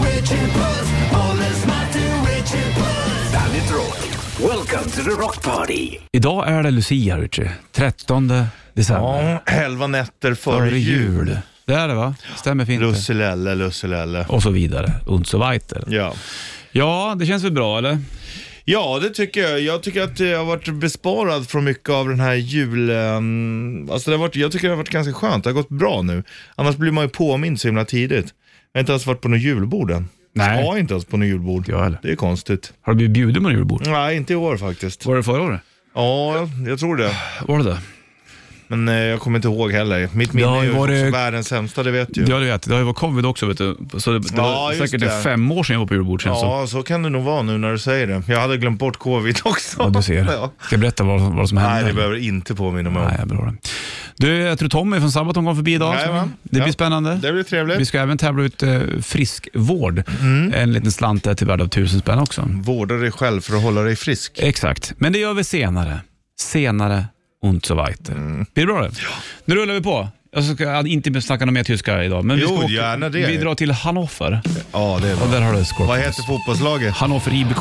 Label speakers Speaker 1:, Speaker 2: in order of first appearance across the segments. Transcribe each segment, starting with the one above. Speaker 1: Richard Puss. Åles Martin Richard Puss. Bandit Rock. Welcome to the rock party.
Speaker 2: Idag är det Lucia, Richie. 13 december.
Speaker 3: Ja, elva nätter före
Speaker 2: Före
Speaker 3: jul.
Speaker 2: Det är det va? Stämmer fint. det.
Speaker 3: Lusselelle, Lusselelle.
Speaker 2: Och så vidare. Und so weiter.
Speaker 3: Ja.
Speaker 2: Ja, det känns väl bra eller?
Speaker 3: ja, det tycker jag. Jag tycker att jag har varit besparad från mycket av den här jul... ehm, Alltså det har varit, jag tycker det har varit ganska skönt. Det har gått bra nu. Annars blir man ju påmind så himla tidigt. Jag har inte ens varit på något julbord än.
Speaker 2: Nej.
Speaker 3: Jag har inte ens på något julbord.
Speaker 2: Jag heller.
Speaker 3: Det är konstigt.
Speaker 2: Har du blivit bjuden på något julbord?
Speaker 3: Nej, inte i år faktiskt.
Speaker 2: Var det förra året?
Speaker 3: Ja, jag tror det.
Speaker 2: Var det det?
Speaker 3: Men eh, jag kommer inte ihåg heller. Mitt minne
Speaker 2: har
Speaker 3: är
Speaker 2: ju
Speaker 3: ju
Speaker 2: varit-
Speaker 3: världens sämsta, det vet du.
Speaker 2: Ja, du vet. Det har ju varit covid också vet du. Så det, det
Speaker 3: Ja,
Speaker 2: var
Speaker 3: just
Speaker 2: säkert typ
Speaker 3: det.
Speaker 2: fem år sedan jag var på julbord känns det som.
Speaker 3: Ja, så kan det nog vara nu när du säger det. Jag hade glömt bort covid också.
Speaker 2: Ja, du ser.
Speaker 3: Ja.
Speaker 2: Ska jag berätta vad, vad som hände?
Speaker 3: Nej, det behöver inte påminna mig om.
Speaker 2: Nej, jag bra det. Du, jag tror Tommy från Sabaton kom förbi idag.
Speaker 3: Jajamän.
Speaker 2: Det blir
Speaker 3: Ja.
Speaker 2: spännande.
Speaker 3: Det Mm. blir trevligt.
Speaker 2: Vi ska även tävla ut eh, friskvård. En liten slant där till värde av tusen spänn också.
Speaker 3: Vårda dig själv för att hålla dig frisk.
Speaker 2: Exakt, men det gör vi senare. Senare und so weiter.
Speaker 3: Mm.
Speaker 2: Blir det bra det? Nu rullar vi på. Jag ska inte snacka något mer tyska idag, men vi,
Speaker 3: Jo,
Speaker 2: ska
Speaker 3: gärna det.
Speaker 2: vi drar till Hannover.
Speaker 3: Ja, det är
Speaker 2: Och
Speaker 3: bra.
Speaker 2: där har du Scorpions.
Speaker 3: Vad heter fotbollslaget?
Speaker 2: Hannover IBK.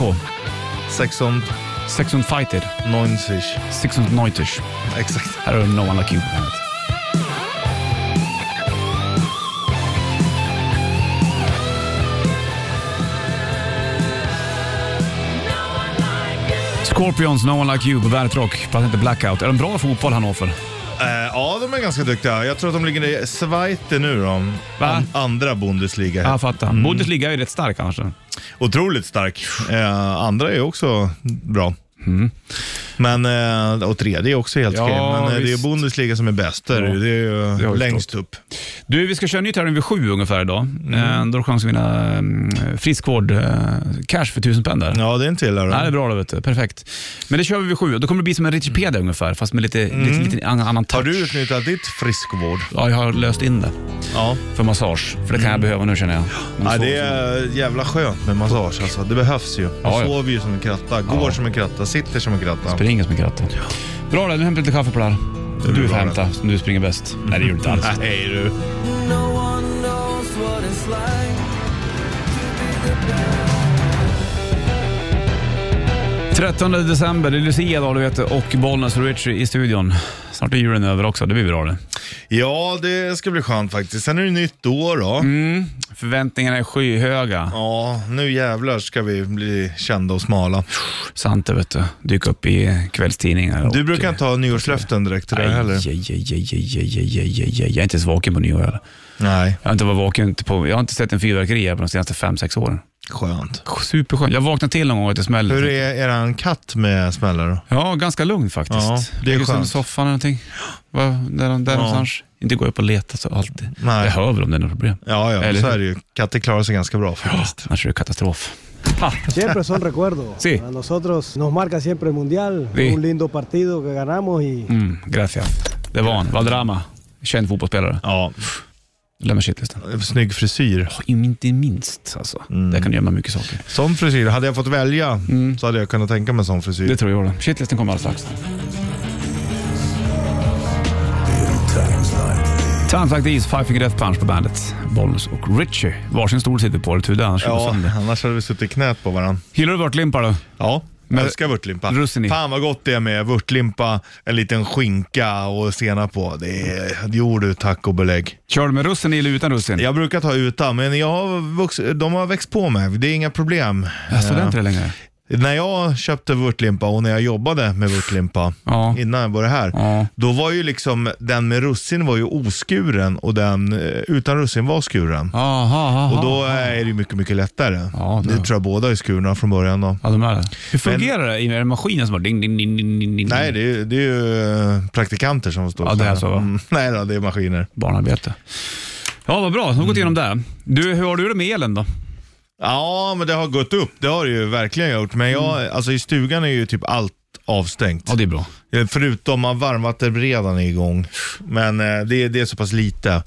Speaker 3: Sexton
Speaker 2: 600 Fighter.
Speaker 3: Neunzig.
Speaker 2: 600 Neuters.
Speaker 3: Exakt.
Speaker 2: Här har du No One Like You. Scorpions, No One Like You på Bandet Rock. Bandet Blackout. Är de bra i fotboll, Hannover?
Speaker 3: Eh, ja, de är ganska duktiga. Jag tror att de ligger i Zweite nu då.
Speaker 2: Va?
Speaker 3: andra Bundesliga.
Speaker 2: Ja, jag fattar. Mm. Bundesliga är ju rätt stark annars.
Speaker 3: Otroligt stark. Eh, andra är också bra. Men, eh, och tredje är också helt
Speaker 2: Mm. Ja,
Speaker 3: okej. Men eh, det är
Speaker 2: visst.
Speaker 3: Bundesliga som är bäst. Där.
Speaker 2: Ja,
Speaker 3: det är
Speaker 2: har
Speaker 3: ju
Speaker 2: jag
Speaker 3: längst upp.
Speaker 2: Du, vi ska köra en ny tävling vid sju ungefär idag. Eh, Då har du chans att vinna eh, friskvård, eh, cash för tusen spänn där.
Speaker 3: Ja, det är en till här då.
Speaker 2: Ja, det är bra då, vet du. Perfekt. Men det kör vi vid sju. Då kommer det bli som en Richipedia ungefär, fast med lite, lite, lite an- annan touch.
Speaker 3: Mm. Har du utnyttjat ditt friskvård?
Speaker 2: Ja, jag har löst in det
Speaker 3: Ja.
Speaker 2: för massage. För det kan jag behöva nu känner jag.
Speaker 3: Mm. ja det är jävla skönt med massage alltså. Det behövs ju. Man
Speaker 2: Ja, ja.
Speaker 3: sover ju som en kratta, går som en kratta, sitter som en kratta.
Speaker 2: Springer som en kratta. Bra då, nu hämtar jag lite kaffe på det här.
Speaker 3: blir
Speaker 2: Du får
Speaker 3: bra det.
Speaker 2: hämta, som du springer bäst. Nej, det gör du inte alls.
Speaker 3: Nej du.
Speaker 1: No one knows what it's like.
Speaker 2: Trettonde december, det är Lucia idag du vet och Bollnäs och Richie i studion. Snart är julen över också, det blir bra det.
Speaker 3: Ja, det ska bli skönt faktiskt. Sen är det nytt år då.
Speaker 2: Mm. Förväntningarna är skyhöga.
Speaker 3: Ja, nu jävlar ska vi bli kända och smala.
Speaker 2: Sant det vet du. Dyka upp i kvällstidningar.
Speaker 3: Du brukar inte ha nyårslöften direkt till det
Speaker 2: det
Speaker 3: heller?
Speaker 2: heller? Jag är inte ens vaken på nyår heller.
Speaker 3: Nej,
Speaker 2: Jag har inte, varit vaken på, jag har inte sett en fyrverkeri här på de senaste fem sex åren.
Speaker 3: skönt.
Speaker 2: Superskönt. Jag vaknade till någon gång och det smällde.
Speaker 3: Hur är eran katt med smällare då?
Speaker 2: Ja, ganska lugn faktiskt.
Speaker 3: Ja, det är
Speaker 2: Lägger sig
Speaker 3: skönt.
Speaker 2: under soffan eller någonting. Va, där där någonstans. Inte går upp och letar så alltid.
Speaker 3: Nej.
Speaker 2: Jag hör väl om det är något problem.
Speaker 3: Ja, ja,
Speaker 2: Eller
Speaker 3: så
Speaker 2: hur?
Speaker 3: är det ju. Katter klarar sig ganska bra faktiskt.
Speaker 2: Annars är det katastrof.
Speaker 4: Siempre son recuerdos.
Speaker 2: Sí.
Speaker 4: A nosotros nos marca siempre el Mundial.
Speaker 2: Sí.
Speaker 4: Fue Un lindo partido que ganamos y
Speaker 2: Mm, gracias. Det var han. Valderrama. Känd fotbollsspelare.
Speaker 3: Ja,
Speaker 2: Lämna shitlistan.
Speaker 3: snygg frisyr.
Speaker 2: Inte minst alltså. Där
Speaker 3: Mm.
Speaker 2: kan du gömma mycket saker.
Speaker 3: Sån frisyr, hade jag fått välja så hade jag kunnat tänka mig sån frisyr.
Speaker 2: Mm. Det tror jag det. Shitlisten kommer alldeles strax. Times like these, Five Finger Death Punch på bandet. Bollnäs och Richie. Varsin stol sitter på det, Tudde, annars går det
Speaker 3: Ja,
Speaker 2: sönder.
Speaker 3: annars hade vi suttit i knät på varandra.
Speaker 2: Gillar du vörtlimpar då?
Speaker 3: Ja,
Speaker 2: Men-
Speaker 3: jag älskar vörtlimpa.
Speaker 2: Russin i.
Speaker 3: Fan vad gott det är med vörtlimpa, en liten skinka och senap på. Det är, jo du, tack och belägg.
Speaker 2: Kör du med russin i eller utan russin?
Speaker 3: Jag brukar ta utan, men jag har vux, de har växt på mig. Det är inga problem. Eh,
Speaker 2: Jag står inte det längre.
Speaker 3: När jag köpte vörtlimpa och när jag jobbade med vörtlimpa,
Speaker 2: Ja.
Speaker 3: innan jag började här,
Speaker 2: Ja.
Speaker 3: då var ju liksom den med russin var ju oskuren och den eh, utan russin var skuren.
Speaker 2: Aha, aha.
Speaker 3: Och då är det ju mycket, mycket lättare.
Speaker 2: Ja, det-
Speaker 3: det tror jag båda är skurna från början då.
Speaker 2: Ja, de är det. Hur fungerar det? Är det maskinen som bara ding, ding, ding, ding, ding, ding?
Speaker 3: Nej, det är, ju- det är ju eh, praktikanter som står
Speaker 2: Ja, det är
Speaker 3: här.
Speaker 2: så, va?
Speaker 3: Mm, Nej då, det är maskiner.
Speaker 2: Barnarbete. Ja, vad bra. Nu har vi gått igenom det. Du, hur har du det med elen då?
Speaker 3: Ja, men det har gått upp. Det har det ju verkligen gjort. Men jag,
Speaker 2: Mm.
Speaker 3: alltså, i stugan är ju typ allt avstängt.
Speaker 2: Ja, det är bra.
Speaker 3: Eh, Förutom att varmvattenberedaren är igång. Men eh, det, är- det är så pass lite.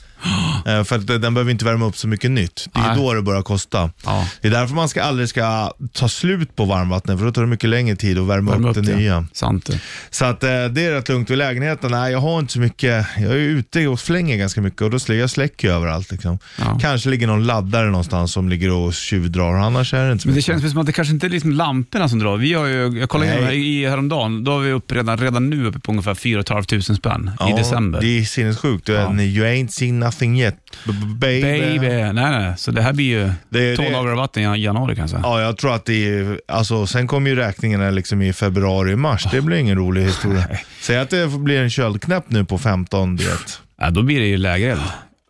Speaker 3: Eh, För att den den behöver inte värma upp så mycket nytt. Det är
Speaker 2: Nej.
Speaker 3: ju då det börjar kosta.
Speaker 2: Ja.
Speaker 3: Det är därför man ska aldrig ska ta slut på varmvattnet, för då tar det mycket längre tid att värma,
Speaker 2: Värma
Speaker 3: upp, det nya.
Speaker 2: Sant det.
Speaker 3: Så att, eh, det är rätt lugnt. Vid lägenheten, nej jag har inte så mycket, jag är ute och flänger ganska mycket och då släcker jag släcker ju överallt. Liksom.
Speaker 2: Ja.
Speaker 3: Kanske ligger någon laddare någonstans som ligger och tjuvdrar, annars är det inte så
Speaker 2: Men det
Speaker 3: mycket.
Speaker 2: känns väl som att det kanske inte är liksom lamporna som drar. Vi har ju, jag kollade
Speaker 3: Nej.
Speaker 2: igenom här i häromdagen, då var vi uppe redan, redan nu uppe på ungefär 4 500 spänn i
Speaker 3: Ja,
Speaker 2: december.
Speaker 3: Det är sinnessjukt. Du,
Speaker 2: Ja.
Speaker 3: You ain't seen nothing yet, b- b- baby.
Speaker 2: Baby. Nej, nej, så det här blir ju
Speaker 3: Det-
Speaker 2: 12
Speaker 3: det-
Speaker 2: dagar av vatten i januari kan jag säga.
Speaker 3: Ja, jag tror att det är, alltså sen kommer ju räkningarna liksom i februari, mars. Det blir ingen rolig historia. Säg att det blir en köldknäpp nu på 15, du vet.
Speaker 2: Ja, då blir det ju lägereld.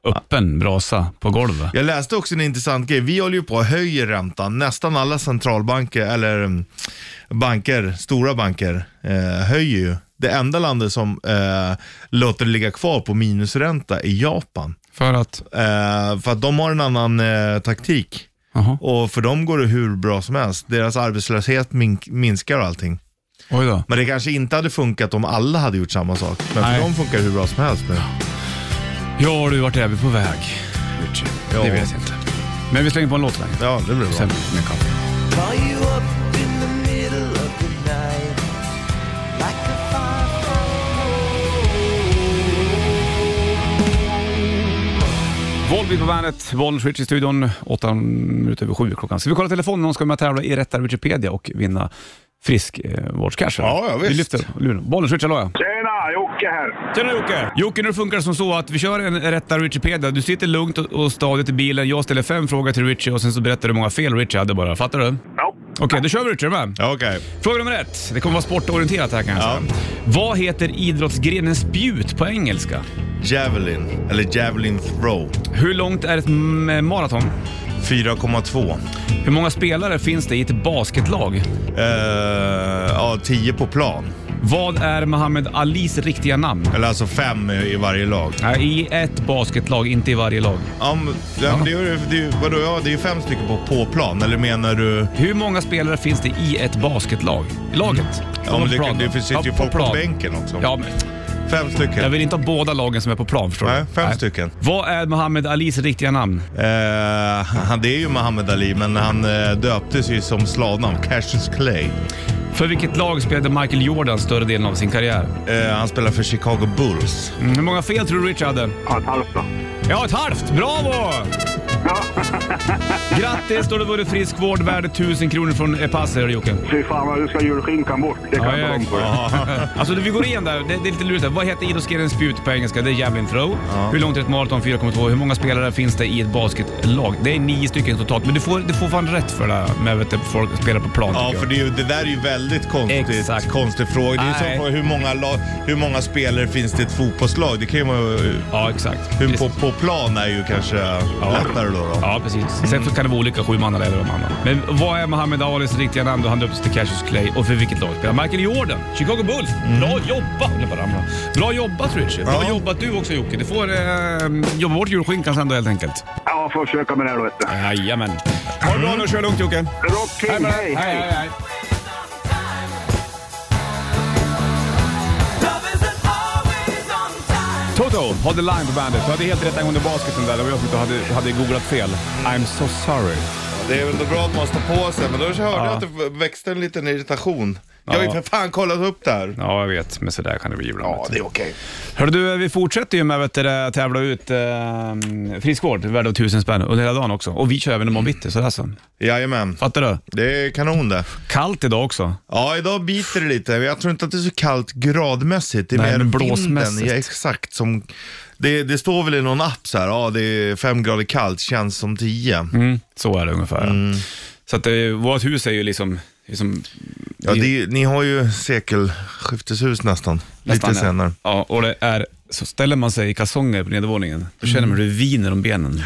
Speaker 2: Öppen brasa på golvet.
Speaker 3: Jag läste också en intressant grej. Vi håller ju på att höja räntan. Nästan alla centralbanker, eller mm, banker, stora banker, eh, höjer ju. Det enda landet som eh, låter det ligga kvar på minusränta är Japan.
Speaker 2: För att?
Speaker 3: Eh, för att de har en annan eh, taktik.
Speaker 2: Jaha,
Speaker 3: Och för dem går det hur bra som helst. Deras arbetslöshet mink- minskar och allting.
Speaker 2: oj då.
Speaker 3: Men det kanske inte hade funkat om alla hade gjort samma sak. Men för
Speaker 2: Nej.
Speaker 3: dem funkar det hur bra som helst nu.
Speaker 2: Ja du, vart är vi på väg? Richie?
Speaker 3: Ja.
Speaker 2: Det vet jag inte. Men vi slänger på en låt längre.
Speaker 3: Ja, det blir bra.
Speaker 2: Sen med kaffe.
Speaker 5: Call you up in the middle of the night, like a firefly.
Speaker 2: Volvo på bandet, Bollnäs Rich i studion, åtta minuter över sju klockan. Ska vi kolla telefonen? Någon ska vara med och tävla i rätta Wikipedia och vinna friskvårdscash. Eh,
Speaker 3: Ja, ja, visst.
Speaker 2: Vi lyfter upp luren. Bollnäs Rich, hallå ja.
Speaker 6: Tjena, Jocke här.
Speaker 2: Tjena Jocke! Jocke, nu funkar det som så att vi kör en rätta Wikipedia. Du sitter lugnt och- och stadigt i bilen. Jag ställer fem frågor till Richie och sen så berättar du hur många fel Richie hade bara. Fattar du? Okej,
Speaker 6: Ja.
Speaker 2: då kör vi Richie. Är du med?
Speaker 3: Ja, Okej.
Speaker 2: Fråga nummer ett. Det kommer vara sportorienterat här kan jag säga.
Speaker 3: Ja.
Speaker 2: Vad heter idrottsgrenen spjut på engelska?
Speaker 3: Javelin, eller Javelin throw.
Speaker 2: Hur långt är ett m- maraton?
Speaker 3: 4,2.
Speaker 2: Hur många spelare finns det i ett basketlag?
Speaker 3: Eh, ja, 10 på plan.
Speaker 2: Vad är Muhammad Alis riktiga namn?
Speaker 3: Eller alltså 5 i varje lag.
Speaker 2: Nej, I ett basketlag, inte i varje lag.
Speaker 3: Ja, men, ja, men det, är, ju- det, är, ju- vadå, ja, det är ju fem stycken på, på plan, eller menar du?
Speaker 2: Hur många spelare finns det i ett basketlag? I laget?
Speaker 3: Mm. Ja, men det,
Speaker 2: På plan.
Speaker 3: kan- det finns ju
Speaker 2: Ja,
Speaker 3: ja, folk på
Speaker 2: plan.
Speaker 3: bänken också.
Speaker 2: Ja, men
Speaker 3: Fem
Speaker 2: jag
Speaker 3: stycken.
Speaker 2: vill inte ha båda lagen som är på plan, förstår
Speaker 3: Nej,
Speaker 2: du?
Speaker 3: fem stycken.
Speaker 2: Vad är Muhammad Alis riktiga namn?
Speaker 3: Eh, han- det är ju Muhammad Ali, men han eh, döptes ju som slavnamn, Cassius Clay.
Speaker 2: För vilket lag spelade Michael Jordan större delen av sin karriär?
Speaker 3: Eh, han spelar för Chicago Bulls.
Speaker 2: Mm, hur många fel tror du Rich hade?
Speaker 6: Ja, ett halvt då.
Speaker 2: Ja, ett halvt! Bravo! Grattis, då har du vunnit friskvård värde 1000 kronor från Epasser, Jocke.
Speaker 6: Fy fan vad du ska ha julskinkan bort. Det kan
Speaker 2: Ja, ja.
Speaker 6: jag ta om på dig.
Speaker 2: Alltså vi går igen där, det, det är lite lurigt. där. Vad heter idrottsgrenen spjut på engelska? Det är javelin throw. Hur långt är ett maraton? 4,2. Hur många spelare finns det i ett basketlag? Det är nio stycken totalt, men du får, du får fan rätt för det här med att folk spelar på plan.
Speaker 3: Ja,
Speaker 2: tycker
Speaker 3: för
Speaker 2: jag.
Speaker 3: det, är ju, det där är ju väldigt
Speaker 2: Exakt.
Speaker 3: konstigt, konstig fråga. Det är
Speaker 2: Nej.
Speaker 3: ju som hur många, lag, hur många spelare finns det i ett fotbollslag? Det kan ju vara...
Speaker 2: Ja, exakt.
Speaker 3: Hur
Speaker 2: Precis.
Speaker 3: på, på plan är ju kanske lättare då. då.
Speaker 2: Ja, precis. Sen så kan det vara olika sju man eller vad man har. Men vad är Muhammad Alis riktiga namn då han döptes till Cassius Clay och för vilket lag spelar Michael Jordan? Chicago Bulls. Bra jobbat! Jag bara ramlade. Bra jobbat Richard. Bra
Speaker 3: Mm. Ja.
Speaker 2: jobbat du också Jocke. Du får eh, jobba bort julskinkan sen då helt enkelt.
Speaker 6: Ja, får försöka med det här då vet du.
Speaker 2: Jajamän. Ha det bra nu, kör lugnt Jocke.
Speaker 6: Rocking, hej, hej.
Speaker 5: Love isn't always on time.
Speaker 2: Toto, Hold the line på bandet. Du hade helt rätt angående basketen där. Det var jag som inte hade, hade googlat fel. I'm so sorry.
Speaker 3: Det är väl ändå bra att man står på sig, men då hörde
Speaker 2: Ja.
Speaker 3: jag att det växte en liten irritation. Jag har ju
Speaker 2: Ja.
Speaker 3: för fan kollat upp det här.
Speaker 2: Ja, jag vet. Men sådär kan det bli ibland. vet du.
Speaker 3: det är okej.
Speaker 2: Hörru du, vi fortsätter ju med vet du, det, att tävla ut eh, friskvård värd av tusen spänn under hela dagen också. Och vi kör även imorgon bitti, sådär så.
Speaker 3: Jajamän,
Speaker 2: Fattar du?
Speaker 3: det är kanon det.
Speaker 2: Kallt idag också.
Speaker 3: Ja, idag biter det lite. Jag tror inte att det är så kallt gradmässigt. Det är
Speaker 2: Nej, men
Speaker 3: mer
Speaker 2: blåsmässigt.
Speaker 3: vinden. Ja, exakt. Som, det, det står väl i någon app så här, ja det är fem grader kallt, känns som tio.
Speaker 2: Mm. Så är det ungefär. ja.
Speaker 3: Mm.
Speaker 2: Så att eh, vårt hus är ju liksom... liksom
Speaker 3: Ja, det, ni har ju sekelskifteshus nästan,
Speaker 2: nästan,
Speaker 3: lite
Speaker 2: ja.
Speaker 3: senare.
Speaker 2: Ja, och det är... Så ställer man sig i kalsonger på nedervåningen, då känner
Speaker 3: Mm.
Speaker 2: man hur det viner om benen.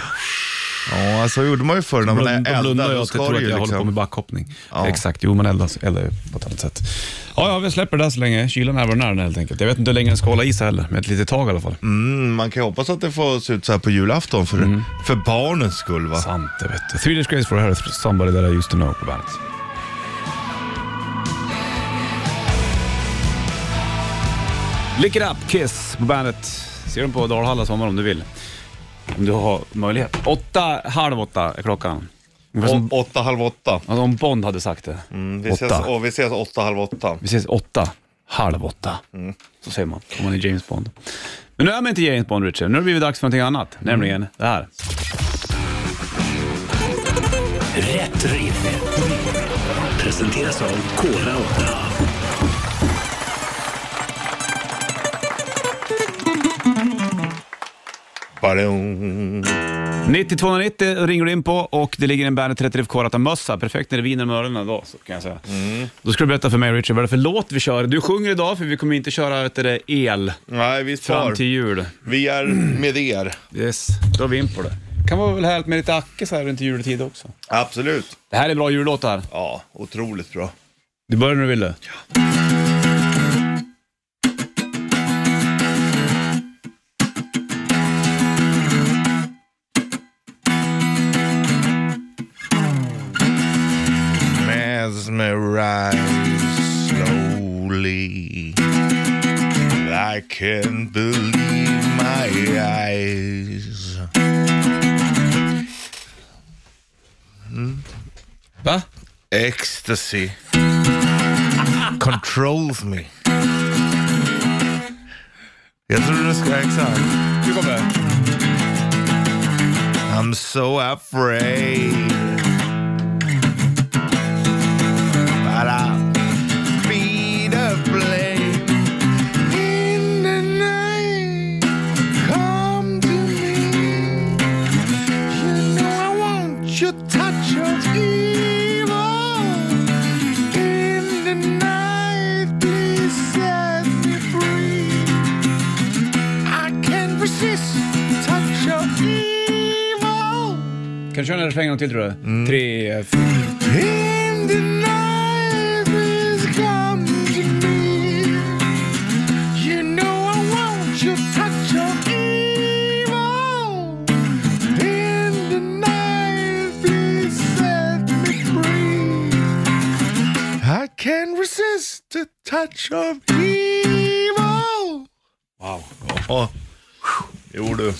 Speaker 3: Ja, alltså gjorde man ju förr när man
Speaker 2: Blund- då blundar
Speaker 3: eldade.
Speaker 2: jag
Speaker 3: Då
Speaker 2: och
Speaker 3: ska
Speaker 2: tror
Speaker 3: det
Speaker 2: att jag
Speaker 3: ju
Speaker 2: håller på med
Speaker 3: liksom.
Speaker 2: backhoppning.
Speaker 3: Ja.
Speaker 2: Exakt, jo man eldar, eldar ju på ett annat sätt. Ja, ja, vi släpper det där så länge. Kylan är vad den är helt enkelt. Jag vet inte hur länge den ska hålla i sig heller, men ett litet tag i alla fall.
Speaker 3: Mm, man kan ju hoppas att det får se ut så här på julafton för,
Speaker 2: Mm.
Speaker 3: för barnens skull va.
Speaker 2: Sant det vet du. Three Days Grace for Earth, Somebody That I Used To Know på bandet. Lick It Up, Kiss på bandet. Ser dem på Dalhalla sommar om du vill. Om du har möjlighet. Åtta, halv åtta är klockan. Ungefär som-
Speaker 3: Å- Åtta, halv åtta.
Speaker 2: alltså Om Bond hade sagt det.
Speaker 3: Mm, vi, ses,
Speaker 2: åtta.
Speaker 3: och vi ses åtta, halv åtta.
Speaker 2: Vi ses åtta, halv åtta.
Speaker 3: Mm.
Speaker 2: Så säger man om man är James Bond. Men nu är man inte James Bond, Richard. Nu har det blivit dags för någonting annat, nämligen
Speaker 3: Mm.
Speaker 2: det här.
Speaker 1: Rätt riff. Presenteras av Kora 8.
Speaker 3: Badum.
Speaker 2: 9290 ringer du in på och det ligger en Bandet 30 FK mössa Perfekt när det viner om öronen då, så kan jag säga. Då ska du berätta för mig, Richard, vad det är för låt vi kör. Du sjunger idag, för vi kommer inte köra vet du, det, el
Speaker 3: Nej, vi
Speaker 2: fram
Speaker 3: tar.
Speaker 2: till jul.
Speaker 3: Vi är med er.
Speaker 2: Yes, då är vi in på det. Kan vara väl härligt med lite Acke så här runt juletid också.
Speaker 3: Absolut.
Speaker 2: Det här är bra jullåtar.
Speaker 3: Ja, otroligt bra.
Speaker 2: Du börjar när du vill.
Speaker 3: mesmerized slowly. I can't believe my eyes.
Speaker 2: Va?
Speaker 3: Ecstasy controls me. Jag tror du ska exakt.
Speaker 2: Du kommer.
Speaker 3: I'm so afraid. But I'll be the blade in the night. Come to me. You know I want your touch of evil. In the night, please set me free. I can't resist touch of evil.
Speaker 2: Kan du köra den här refrängen en gång till tror du? Tre, fyra.
Speaker 3: In the night, please come to me. You know I want your touch of evil. In the night, please set me free. I can't resist the touch of evil.
Speaker 2: Wow.
Speaker 3: Ja. Jo du.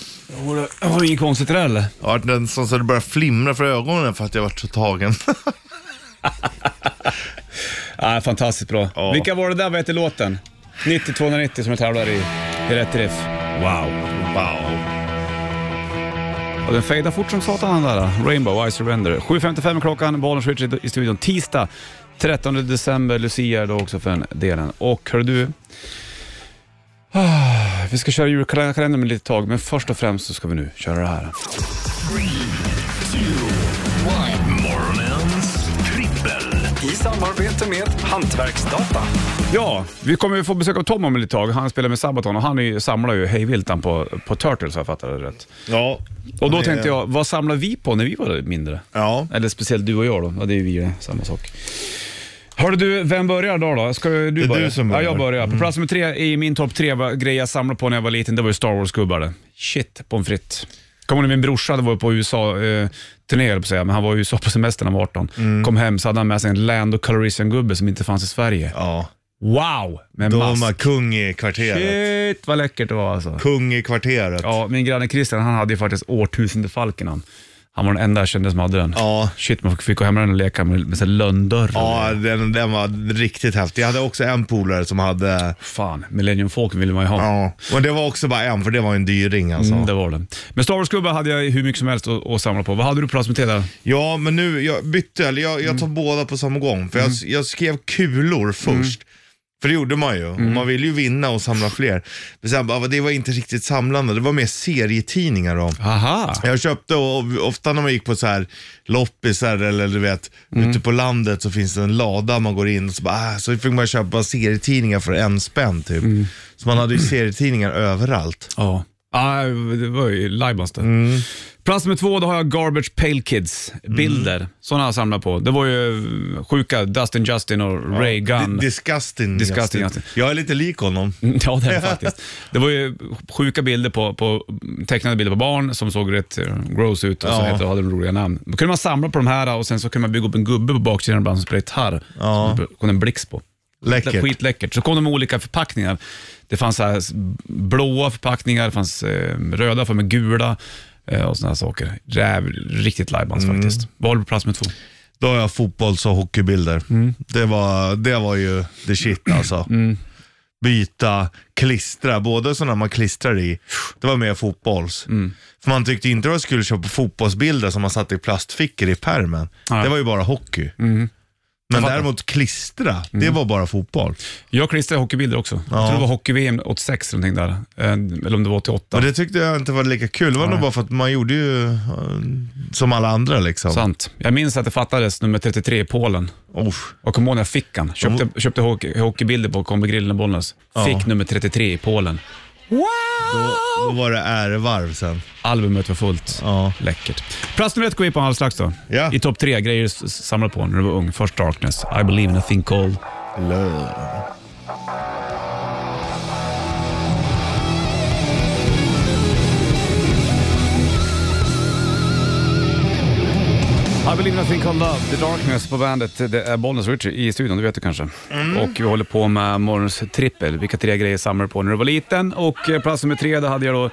Speaker 2: Det var inget konstigt det eller?
Speaker 3: Jag vart den som så det började flimra för ögonen för att jag vart så tagen.
Speaker 2: Ja, fantastiskt bra.
Speaker 3: Ja.
Speaker 2: Vilka var det där, vad heter låten? 90-290 som jag tävlar i, i rätt riff. Wow.
Speaker 3: wow.
Speaker 2: Och den fejdar fort som satan den där. Rainbow, I surrender. 7.55 är klockan, Bollnäs Richard i studion. Tisdag 13 december, Lucia är då också för den delen. Och hör du. Ah, Vi ska köra julkalendern med lite tag, men först och främst så ska vi nu köra det här.
Speaker 1: Morgonens trippel.
Speaker 7: I samarbete med Hantverksdata.
Speaker 2: Ja, vi kommer ju få besök av Tom om ett litet tag. Han spelar med Sabaton och han är ju, samlar ju hejvilt han på, på Turtles, har jag fattar det rätt.
Speaker 3: Ja.
Speaker 2: Och då
Speaker 3: Det-
Speaker 2: tänkte jag, vad samlar vi på när vi var mindre?
Speaker 3: Ja.
Speaker 2: Eller speciellt du och jag då. Ja, det är ju vi det. Samma sak. Hörru du, vem börjar då? då? Ska du
Speaker 3: är
Speaker 2: börja?
Speaker 3: du som börjar. Mm.
Speaker 2: Ja, jag börjar. På plats nummer tre i min topp tre var- grejer jag samlade på när jag var liten, det var ju Star Wars-gubbar. det. Shit, pommes frites. Kommer ni min brorsa hade varit på USA-turné, eh, höll jag på att säga, men han var i USA på semestern när han var 18.
Speaker 3: Mm.
Speaker 2: Kom hem så hade han med sig en Land och Calorition-gubbe som inte fanns i Sverige.
Speaker 3: Ja.
Speaker 2: Wow! Med
Speaker 3: Då var
Speaker 2: mask.
Speaker 3: man kung i kvarteret.
Speaker 2: Shit, vad läckert det var alltså.
Speaker 3: Kung i kvarteret.
Speaker 2: Ja, min granne Christian, han hade ju faktiskt årtusendefalken han. Han var den enda jag kände som hade den.
Speaker 3: Ja.
Speaker 2: Shit, man fick gå hem med den och leka med, med sån här lönndörr.
Speaker 3: Ja, den, den var riktigt häftig. Jag hade också en polare som hade...
Speaker 2: Fan, Millennium Falcon ville man ju ha.
Speaker 3: Ja. Men det var också bara en, för det var en dyring alltså.
Speaker 2: Mm, det var den. Men Star Wars-gubbar hade jag hur mycket som helst att, att samla på. Vad hade du på plats med det där?
Speaker 3: Ja, men nu, jag bytte, eller jag, jag tar
Speaker 2: Mm.
Speaker 3: båda på samma gång. För jag, jag skrev kulor först.
Speaker 2: Mm.
Speaker 3: För det gjorde man ju. Och man ville ju vinna och samla fler. Men sen bara, det var inte riktigt samlande. Det var mer serietidningar då.
Speaker 2: Aha!
Speaker 3: Jag köpte och, och ofta när man gick på så här loppisar eller du vet, ute på landet så finns det en lada man går in och så, bara, ah, så fick man köpa serietidningar för en spänn typ. Så man hade ju serietidningar överallt.
Speaker 2: Ja. Ah, det var ju lajbans det.
Speaker 3: Mm.
Speaker 2: Plats nummer två, då har jag Garbage Pale Kids-bilder. Sådana har jag samlat på. Det var ju eh, sjuka Dustin Justin och Ray Gunn.
Speaker 3: Di- disgusting.
Speaker 2: Disgusting,
Speaker 3: Justin. Jag är lite lik honom.
Speaker 2: Mm, Ja, det är det faktiskt. Det var ju sjuka bilder på, på tecknade bilder på barn som såg rätt eh, gross ut och så
Speaker 3: Ja.
Speaker 2: hette, hade de roliga namn. Då kunde man samla på de här och sen så kunde man bygga upp en gubbe på baksidan ibland som spelade gitarr.
Speaker 3: Ja.
Speaker 2: Som det kom en blixt på.
Speaker 3: Läckert.
Speaker 2: Skitläckert. Så kom de med olika förpackningar. Det fanns så här s- blåa förpackningar, det fanns eh, röda för med gula. eh, och sådana här saker. Det är riktigt lajbans
Speaker 3: Mm.
Speaker 2: faktiskt. Vad håller du på plats med två?
Speaker 3: Då har jag fotbolls och hockeybilder.
Speaker 2: Mm.
Speaker 3: Det, var, det var ju the shit alltså. Byta, klistra, både sådana man klistrar i, det var mer fotbolls.
Speaker 2: Mm.
Speaker 3: För man tyckte inte att man skulle köpa fotbollsbilder som man satte i plastfickor i pärmen.
Speaker 2: Nej. Mm.
Speaker 3: Det var ju bara hockey. Men däremot klistra, det var bara fotboll.
Speaker 2: Jag klistrade hockeybilder också. Jag tror det var hockey-VM 86 eller någonting där. Eh, Eller om det var 88.
Speaker 3: Men det tyckte jag inte var lika kul. Det var nog bara för att man gjorde ju eh, som alla andra liksom.
Speaker 2: Sant. Jag minns att det fattades nummer 33 i Polen.
Speaker 3: Usch.
Speaker 2: Och kommer ihåg när jag fick han. Köpte, köpte hockey, hockeybilder på Kombigrillen i Bollnäs. Fick nummer 33 i Polen.
Speaker 3: Då var det ärevarv sen.
Speaker 2: Albumet var fullt.
Speaker 3: Ja.
Speaker 2: Läckert. Plats nummer ett går vi på alldeles strax då.
Speaker 3: Ja.
Speaker 2: I topp tre grejer du s- s- samlade på när du var ung. Först Darkness, I believe in a thing called... I believe in a thing called love, The Darkness på bandet. Det är Bollnäs och Richie i studion, det vet du kanske. Och vi håller på med morgons trippel. Vilka tre grejer samlade du på när du var liten? Och eh, plats nummer tre, där hade jag då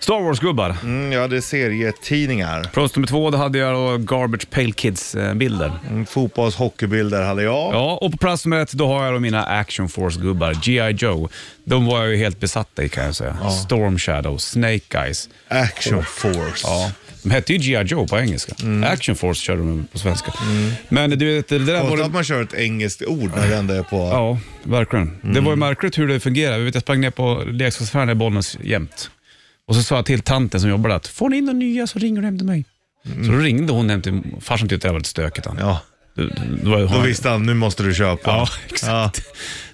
Speaker 2: Star Wars-gubbar.
Speaker 3: Mm, jag hade serietidningar.
Speaker 2: Plats nummer två, då hade jag då Garbage Pail Kids-bilder.
Speaker 3: Mm, fotbolls hockeybilder hade jag.
Speaker 2: Ja, och på plats nummer ett, då har jag då mina Action Force-gubbar, G.I. Joe. De var jag ju helt besatt i kan jag säga. Storm Shadow, Snake Eyes.
Speaker 3: Action Force.
Speaker 2: Ja. De hette ju G.I. Joe på engelska.
Speaker 3: Mm.
Speaker 2: Action Force körde de på svenska. Men du vet, det där var...
Speaker 3: Konstigt
Speaker 2: det-
Speaker 3: att Mm. man kör ett engelskt ord när det ändå är på...
Speaker 2: Ja, verkligen. Det
Speaker 3: Mm.
Speaker 2: var ju märkligt hur det fungerade. Vi vet, jag sprang ner på leksaksaffären i Bollnäs jämt. Och så sa jag till tanten som jobbade att får ni in några nya så ringer du hem till mig. Så då ringde hon hem till... Farsan tyckte det var lite stökigt. Han.
Speaker 3: Mm. Ja,
Speaker 2: Du- du- du var ju-
Speaker 3: Då visste han, nu måste du köpa.
Speaker 2: Ja, exakt.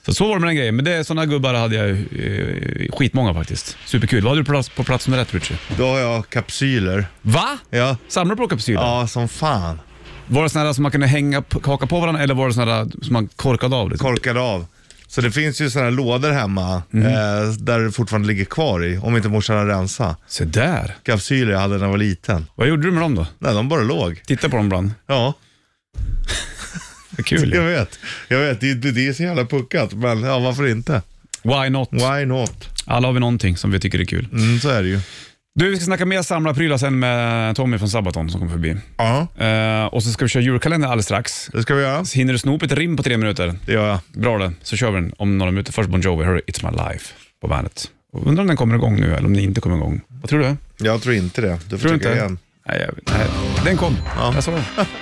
Speaker 2: Så, så var det med den grejen. Men det, sådana gubbar hade jag eh, skitmånga faktiskt. Superkul. Vad hade du på plats, på plats med rätt, Richie?
Speaker 3: Då har jag kapsyler.
Speaker 2: Va?
Speaker 3: Ja.
Speaker 2: Samlade du på kapsyler?
Speaker 3: Ja, som fan.
Speaker 2: Var det sådana där som man kunde hänga, på- haka på varandra eller var det sådana där som man korkade av? Liksom?
Speaker 3: Korkad av. Så det finns ju sådana lådor hemma
Speaker 2: Mhm.
Speaker 3: eh, där det fortfarande ligger kvar i, om inte morsan har rensat.
Speaker 2: Se där.
Speaker 3: Kapsyler jag hade när jag var liten.
Speaker 2: Vad gjorde du med dem då?
Speaker 3: Nej, de bara låg.
Speaker 2: Titta på dem ibland.
Speaker 3: Ja,
Speaker 2: Vad Kul.
Speaker 3: jag
Speaker 2: ju.
Speaker 3: vet. Jag vet, det, det det är så jävla puckat. Men ja, varför inte?
Speaker 2: Why not?
Speaker 3: Why not?
Speaker 2: Alla har vi någonting som vi tycker är kul.
Speaker 3: Mm, så är det ju.
Speaker 2: Du, vi ska snacka mer samlarprylar sen med Tommy från Sabaton som kommer förbi.
Speaker 3: Ja,
Speaker 2: Eh, och så ska vi köra julkalender alldeles strax.
Speaker 3: det ska vi göra.
Speaker 2: Så Hinner du sno upp ett rim på tre minuter?
Speaker 3: Det gör jag.
Speaker 2: Bra det, så kör vi den om några minuter. Först Bon Jovi, hör du It's My Life på bandet. Och Undrar om den kommer igång nu eller om den inte kommer igång. Vad tror du?
Speaker 3: Jag tror inte det. Du får
Speaker 2: Tror du
Speaker 3: trycka
Speaker 2: inte?
Speaker 3: igen.
Speaker 2: Nej, jag, nej, den kom.
Speaker 3: Ja.
Speaker 2: Jag såg den.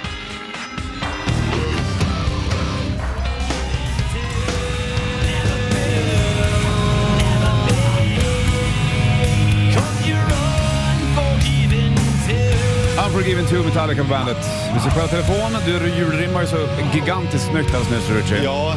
Speaker 2: Unforgiven 2 Metallica på bandet. Vi ska kolla telefonen. Du julrimmar ju så gigantiskt snyggt alldeles nyss, Richie.
Speaker 3: Ja,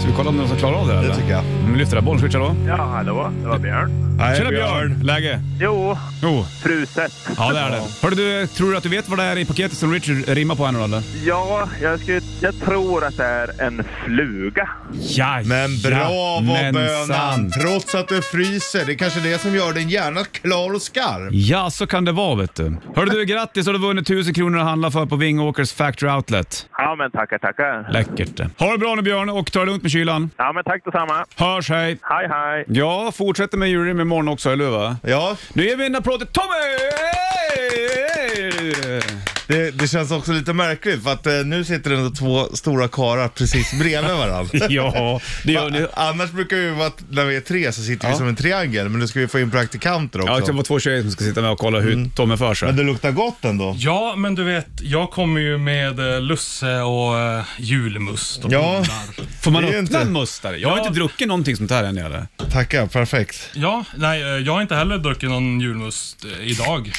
Speaker 2: Ska vi kolla om det är någon som klarar av det? eller?
Speaker 3: tycker jag.
Speaker 2: Mm, lyfter det. Bollen switchar då.
Speaker 8: Ja, hallå, det var Björn.
Speaker 3: Nej,
Speaker 2: Tjena Björn! Läge?
Speaker 8: Jo,
Speaker 2: Jo,
Speaker 8: fruset.
Speaker 2: ja det är det. Hörru du, tror du att du vet vad det är i paketet som Richard rimmar på här nu eller?
Speaker 8: Ja, jag, skulle, jag tror att det är en fluga.
Speaker 2: Ja,
Speaker 3: Men bravo bönan! Trots att du fryser, det är kanske det som gör din hjärna klar och skarp.
Speaker 2: Ja, så kan det vara vet du. Hörru du, grattis! Har du vunnit 1000 kronor att handla för på Vingåkers Factory Outlet.
Speaker 8: Ja, men tackar, tackar.
Speaker 2: Läckert det. Ha det bra nu Björn och ta det lugnt med kylan.
Speaker 8: Ja, men tack detsamma.
Speaker 2: Hörs, hej!
Speaker 8: Hej, hej.
Speaker 2: Ja, fortsätter med jury imorgon också, eller hur? Va?
Speaker 3: Ja,
Speaker 2: Nu ger vi en applåd till Tommy!
Speaker 3: det, det känns också lite märkligt för att eh, nu sitter det ändå två stora karlar precis bredvid varandra.
Speaker 2: Ja, det gör ni.
Speaker 3: Va- Annars brukar vi vara, när vi är tre så sitter vi som en triangel, men nu ska vi få in praktikanter
Speaker 2: Ja, det
Speaker 3: också.
Speaker 2: ska vara två tjejer som ska sitta med och kolla hur Tommy för sig.
Speaker 3: men det luktar gott ändå.
Speaker 9: Ja, men du vet, jag kommer ju med eh, lusse och eh, julmust och
Speaker 3: Ja.
Speaker 9: bullar.
Speaker 2: Får man
Speaker 3: Det är ju
Speaker 2: öppna
Speaker 3: inte-
Speaker 2: en mustare? Jag har
Speaker 9: Ja.
Speaker 2: inte druckit någonting sånt här än. Eller?
Speaker 3: Tackar, perfekt.
Speaker 9: Ja, nej, eh, jag har inte heller druckit någon julmust eh, idag.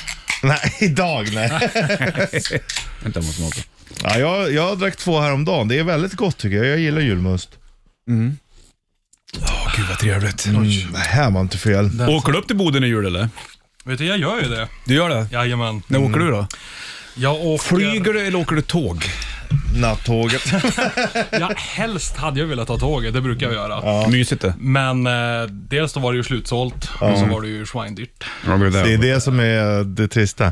Speaker 3: Nej, idag nej.
Speaker 2: Vänta, jag måste smaka.
Speaker 3: Ja, jag, jag drack två häromdagen, det är väldigt gott tycker jag. Jag gillar julmust.
Speaker 2: Åh, gud vad trevligt.
Speaker 3: Det här var inte fel.
Speaker 2: Mm. Åker du upp till Boden i jul eller?
Speaker 9: Vet du, jag gör ju det.
Speaker 2: Du gör det?
Speaker 9: Jajamän.
Speaker 2: När åker du då?
Speaker 9: Jag åker...
Speaker 2: Flyger du eller åker du tåg?
Speaker 3: Nattåget.
Speaker 9: Ja, helst hade jag velat ta tåget, det brukar jag göra.
Speaker 2: Mysigt det.
Speaker 9: Men eh, dels då var det ju slutsålt och så var det ju schweindyrt.
Speaker 3: Det är det som är eh, det trista.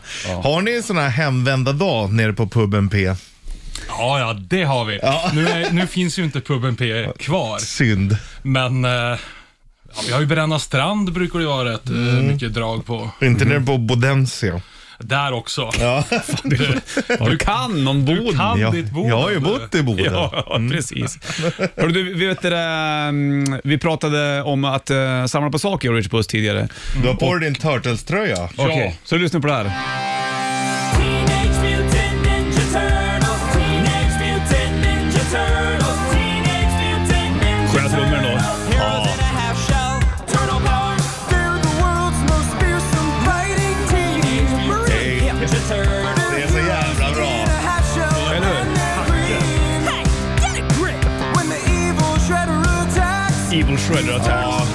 Speaker 3: Har ni en sån här hemvända dag nere på puben P?
Speaker 9: Ja, ja, det har vi. Nu, är, nu finns ju inte puben P kvar,
Speaker 3: Synd.
Speaker 9: men eh, ja, vi har ju Bränna strand brukar det ju vara rätt eh, mycket drag på.
Speaker 3: Inte nere på Bodensia.
Speaker 9: Där också.
Speaker 3: Ja.
Speaker 2: Du, du kan någon Boden.
Speaker 9: Kan
Speaker 3: Ja,
Speaker 9: ditt Boden.
Speaker 3: jag har ju bott i Boden.
Speaker 2: Ja, precis. Hörru, du, vi, vet, det där, mm, vi pratade om att eh, samla på saker, Rich Puss, tidigare.
Speaker 3: Du har på dig din Turtles-tröja.
Speaker 9: Ja.
Speaker 2: Okej, så lyssna på det här. Sköna trummor ändå.
Speaker 3: Det är så jävla bra.
Speaker 2: Eller hur? Evil Shredder Attack.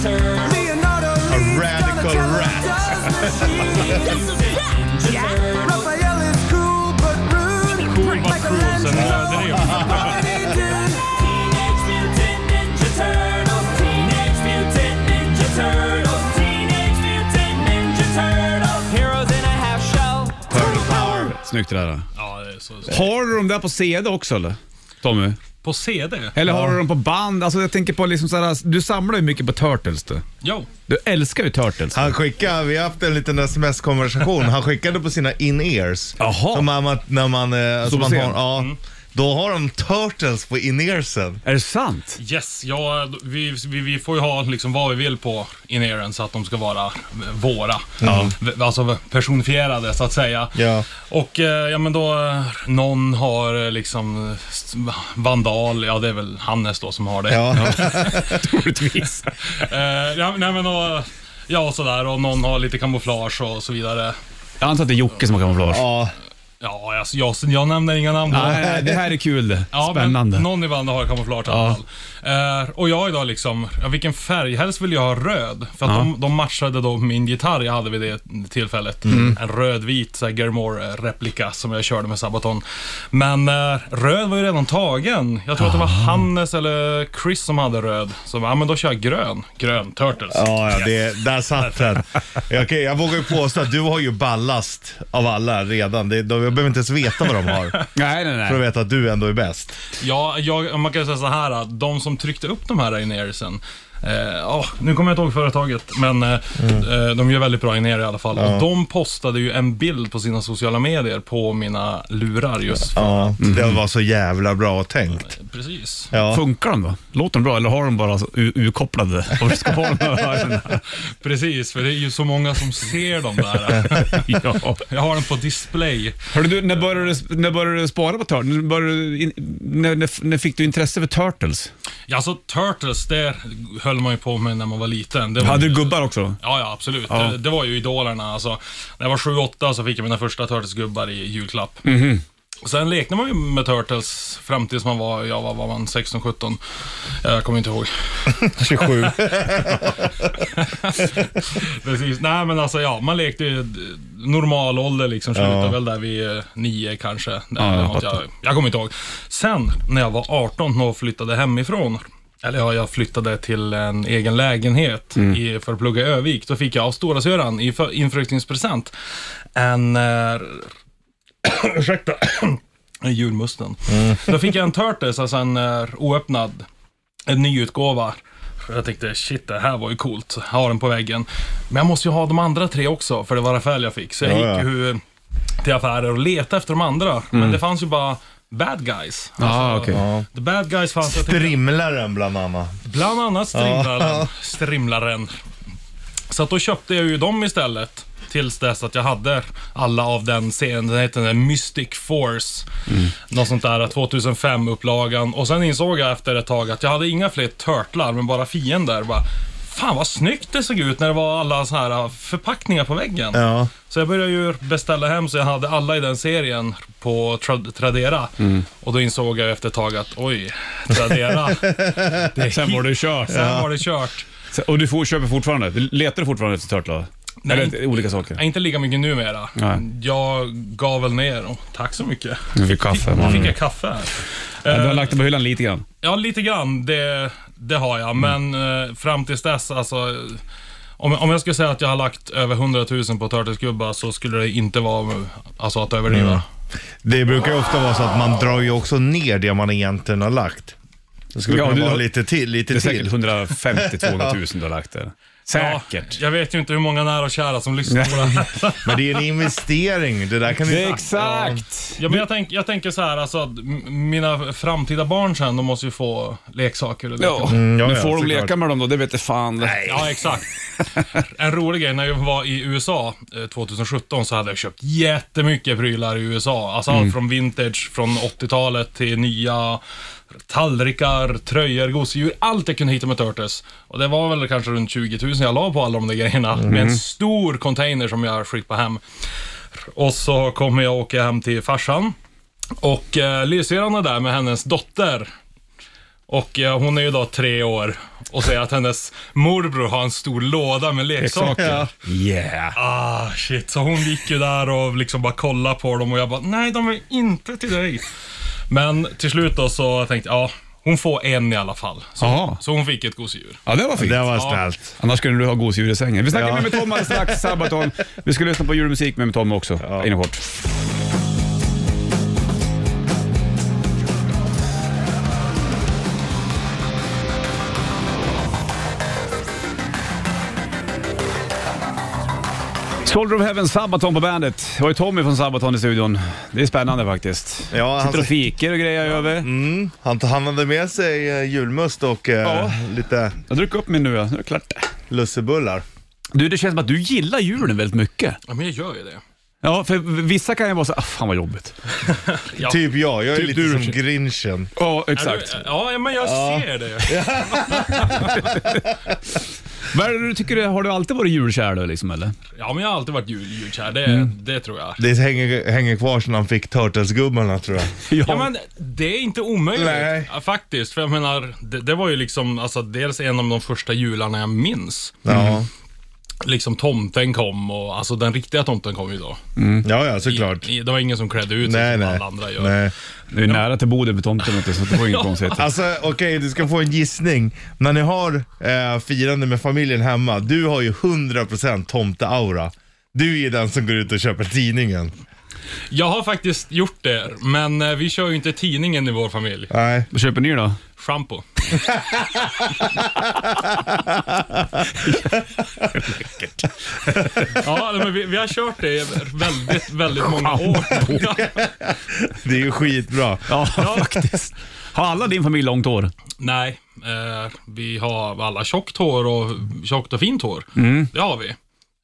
Speaker 5: A
Speaker 3: radical rat.
Speaker 5: Raphael is cool but rude.
Speaker 9: Cool but cruel, sen dödade det ju.
Speaker 2: Snyggt det där.
Speaker 9: Ja, det är så, så.
Speaker 2: Har du dem där på CD också eller? Tommy?
Speaker 9: På CD?
Speaker 2: Eller har du dem på band? Alltså jag tänker på liksom så här, du samlar ju mycket på Turtles du.
Speaker 9: Jo.
Speaker 2: Du älskar ju Turtles.
Speaker 3: Han skickade, vi har haft en liten sms-konversation, han skickade på sina in-ears.
Speaker 2: Jaha.
Speaker 3: Som man, när man, eh, som
Speaker 2: på
Speaker 3: man har,
Speaker 2: scen?
Speaker 3: ja. Då har de Turtles på in-earsen.
Speaker 2: Är det sant?
Speaker 9: Yes, ja, vi, vi, vi får ju ha liksom vad vi vill på in så att de ska vara eh, våra. V- Alltså personifierade så att säga.
Speaker 3: Ja.
Speaker 9: Och eh, ja men då, eh, någon har eh, liksom s- Vandal, ja det är väl Hannes då som har det.
Speaker 3: Ja.
Speaker 2: Troligtvis.
Speaker 9: Eh, ja, nej, men, och, ja och sådär och någon har lite kamouflage och så vidare.
Speaker 2: Jag antar att det är Jocke som har kamouflage.
Speaker 3: ja.
Speaker 9: Ja, alltså, jag, jag nämner inga namn.
Speaker 2: Nej, nej, det här är kul det.
Speaker 9: Ja,
Speaker 2: Spännande.
Speaker 9: Men någon i bandet har kamouflage i alla fall. Eh, och jag idag liksom, ja, vilken färg? Helst vill jag ha röd. För att
Speaker 2: Ja.
Speaker 9: de, de matchade då min gitarr jag hade vid det tillfället.
Speaker 2: Mm.
Speaker 9: En rödvit så här Gilmore-replika som jag körde med Sabaton. Men eh, röd var ju redan tagen. Jag tror att det var Hannes eller Chris som hade röd. Så ja, men då kör jag grön. Grön, Turtles.
Speaker 3: Ja, ja det, där satt den. Jag, kan- jag vågar ju påstå att du har ju ballast av alla redan. Det, de, jag behöver inte ens veta vad de har
Speaker 2: Nej, nej,
Speaker 3: för att
Speaker 2: nej.
Speaker 3: veta att du ändå är bäst.
Speaker 9: Ja, jag, man kan säga så här att de som tryckte upp de här Inersen, eh, åh, nu kommer jag inte ihåg företaget, men eh, eh, de gör väldigt bra Iner i alla fall. Och de postade ju en bild på sina sociala medier på mina lurar just för,
Speaker 3: Ja, Det
Speaker 2: Mm.
Speaker 3: var så jävla bra tänkt.
Speaker 9: Precis.
Speaker 3: Ja.
Speaker 2: Funkar de då? Låter de bra eller har de bara så u- urkopplade och ska ha de här öronen?
Speaker 9: Precis, för det är ju så många som ser dem där.
Speaker 2: ja.
Speaker 9: jag har dem på display.
Speaker 2: Hörru du, när började du, när började du spara på Turtles? När, började du in, när, när, när fick du intresse för Turtles?
Speaker 9: Ja, alltså Turtles, det höll man ju på med när man var liten. Det var
Speaker 2: Hade du gubbar också?
Speaker 9: Ja, ja absolut. Det, det var ju idolerna. Alltså, när jag var 7-8 så fick jag mina första Turtles-gubbar i julklapp. Och Sen lekte man ju med Turtles fram tills man var, ja vad var man, 16-17? Jag kommer inte ihåg.
Speaker 3: 27.
Speaker 9: Precis. Nej men alltså ja, man lekte ju d- normal ålder liksom, slutade väl där vid eh, nio kanske.
Speaker 2: jag
Speaker 9: Ja, jag, jag,
Speaker 2: fattar.
Speaker 9: kommer inte ihåg. Sen när jag var 18 och flyttade hemifrån, eller ja, jag flyttade till en egen lägenhet
Speaker 2: Mm.
Speaker 9: i, för att plugga i Övik. Då fick jag av storasyrran i för- inflyttningspresent en, eh, ursäkta, en julmusten. Då fick jag en Turtles, alltså en eh, oöppnad, en ny utgåva. Jag tänkte shit, det här var ju coolt. Jag har den på väggen. Men jag måste ju ha de andra tre också, för det var Rafael jag fick. Så jag
Speaker 3: Ja, ja.
Speaker 9: gick ju till affärer och letade efter de andra. Men det fanns ju bara bad guys.
Speaker 2: Ja, ah, okej.
Speaker 9: The bad guys fanns, jag tänkte,
Speaker 3: Strimlaren bland annat.
Speaker 9: bland annat strimlaren. strimlaren. Så att då köpte jag ju dem istället. Tills dess att jag hade alla av den serien. Den heter den där Mystic Force. Något sånt där 2005-upplagan. Och sen insåg jag efter ett tag att jag hade inga fler turtlar, men bara fiender. Bara, Fan vad snyggt det såg ut när det var alla så här äh, förpackningar på väggen.
Speaker 3: Ja.
Speaker 9: Så jag började ju beställa hem, så jag hade alla i den serien på tra- Tradera. Och då insåg jag efter ett tag att oj, Tradera,
Speaker 2: Sen var det kört.
Speaker 9: sen var det kört.
Speaker 2: Sen- Och du får, köper fortfarande? Du letar fortfarande efter Turtles?
Speaker 9: Nej.
Speaker 2: Eller olika saker?
Speaker 9: Inte lika mycket numera.
Speaker 2: Nej.
Speaker 9: Jag gav väl ner och tack så mycket.
Speaker 2: Du fick kaffe.
Speaker 9: Nu fick
Speaker 2: Mm.
Speaker 9: jag kaffe här.
Speaker 2: Du har lagt det på hyllan lite grann. Mm.
Speaker 9: Ja, lite grann. Det, det har jag. Men eh, fram tills dess, alltså. eh, Om, om jag skulle säga att jag har lagt över 100 000 på Turtles-gubbar så skulle det inte vara alltså, att överdriva.
Speaker 2: Mm.
Speaker 3: Det brukar ju ofta vara så att man drar ju också ner det man egentligen har lagt. Det skulle
Speaker 2: Ja,
Speaker 3: kunna
Speaker 2: du-
Speaker 3: vara lite till,
Speaker 2: Det är
Speaker 3: lite
Speaker 2: säkert
Speaker 3: till.
Speaker 2: 150-200 000 du har lagt där. Säkert.
Speaker 9: Ja, jag vet ju inte hur många nära och kära som lyssnar på det här.
Speaker 3: Men det är en investering, det där kan du
Speaker 2: Exakt!
Speaker 9: Ja, men jag, tänk, jag tänker så här, alltså, att m- mina framtida barn sen, de måste ju få leksaker. Och leka
Speaker 2: Ja.
Speaker 9: med.
Speaker 3: ja,
Speaker 2: men
Speaker 3: ja,
Speaker 2: får de
Speaker 3: såklart.
Speaker 2: leka med dem då? Det vet jag fan. Nej.
Speaker 9: Ja, exakt. En rolig grej, när jag var i USA eh, 2017 så hade jag köpt jättemycket prylar i USA. Alltså allt från vintage, från 80-talet till nya tallrikar, tröjor, gosedjur. Allt jag kunde hitta med Turtles. Och det var väl kanske runt 20 000 jag la på alla de där grejerna. Med en stor container som jag skippade hem. Och så kommer jag åka hem till farsan. Och eh, lillsyrran är där med hennes dotter. Och eh, hon är ju då tre år och säger att hennes morbror har en stor låda med leksaker.
Speaker 2: Yeah.
Speaker 9: Ah shit, så hon gick ju där och liksom bara kollade på dem och jag bara nej de är inte till dig. Men till slut då så tänkte jag ja, hon får en i alla fall.
Speaker 2: Jaha.
Speaker 9: Så, så hon fick ett gosedjur.
Speaker 2: Ja, det var fint.
Speaker 3: Det var snällt.
Speaker 2: Annars skulle du ha gosedjur i sängen. Vi snackar mer med Tom alldeles strax, Sabaton. Vi ska lyssna på julmusik med Tom också, inom kort. Soldier of Heaven, Sabaton på bandet. Det var ju Tommy från Sabaton i studion. Det är spännande faktiskt.
Speaker 3: Ja, alltså- Mm. han-
Speaker 2: Sitter och fikar och grejer över.
Speaker 3: Han, han hade med sig eh, julmust och eh,
Speaker 2: Ja.
Speaker 3: lite
Speaker 2: Jag dricker upp min nu ja. Nu är det klart.
Speaker 3: lussebullar.
Speaker 2: Du, det känns som att du gillar julen väldigt mycket.
Speaker 9: Ja men jag gör ju det.
Speaker 2: Ja, för vissa kan ju vara så ah, fan vad jobbigt.
Speaker 9: Ja.
Speaker 3: Typ jag, jag är
Speaker 2: Typ
Speaker 3: lite
Speaker 2: du,
Speaker 3: som
Speaker 2: Richard.
Speaker 3: grinchen.
Speaker 2: Ja,
Speaker 9: Är
Speaker 2: exakt.
Speaker 9: du, ja men jag ser det.
Speaker 2: Vad är det du tycker, har du alltid varit julkär då liksom eller?
Speaker 9: Ja men jag har alltid varit jul, julkär, det, det tror jag.
Speaker 3: Det hänger, hänger kvar sedan han fick Turtles-gubbarna tror jag.
Speaker 9: Ja men det är inte omöjligt
Speaker 3: Nej.
Speaker 9: Ja, faktiskt. För jag menar, det, det var ju liksom, alltså dels en av de första jularna jag minns.
Speaker 3: Ja,
Speaker 9: Liksom tomten kom och, alltså den riktiga tomten kom ju då.
Speaker 3: ja, ja såklart.
Speaker 9: I, det var ingen som klädde ut sig
Speaker 3: Nej,
Speaker 9: som
Speaker 3: nej.
Speaker 9: alla andra gör.
Speaker 3: nej.
Speaker 2: Du är nära till Boden med tomten och så det var inget konstigt.
Speaker 3: Alltså okej, du ska få en gissning. När ni har eh, firande med familjen hemma, du har ju 100% tomte-aura. Du är den som går ut och köper tidningen.
Speaker 9: Jag har faktiskt gjort det, men eh, vi kör ju inte tidningen i vår familj.
Speaker 3: Nej.
Speaker 2: Vad köper ni då?
Speaker 9: Shampoo. ja, men vi, vi har kört det i väldigt, väldigt många år.
Speaker 3: Det är ju skitbra.
Speaker 2: Ja, faktiskt. Har alla din familj långt hår?
Speaker 9: Nej, eh, vi har alla tjockt hår och tjockt och fint hår.
Speaker 2: Mm.
Speaker 9: Det har vi.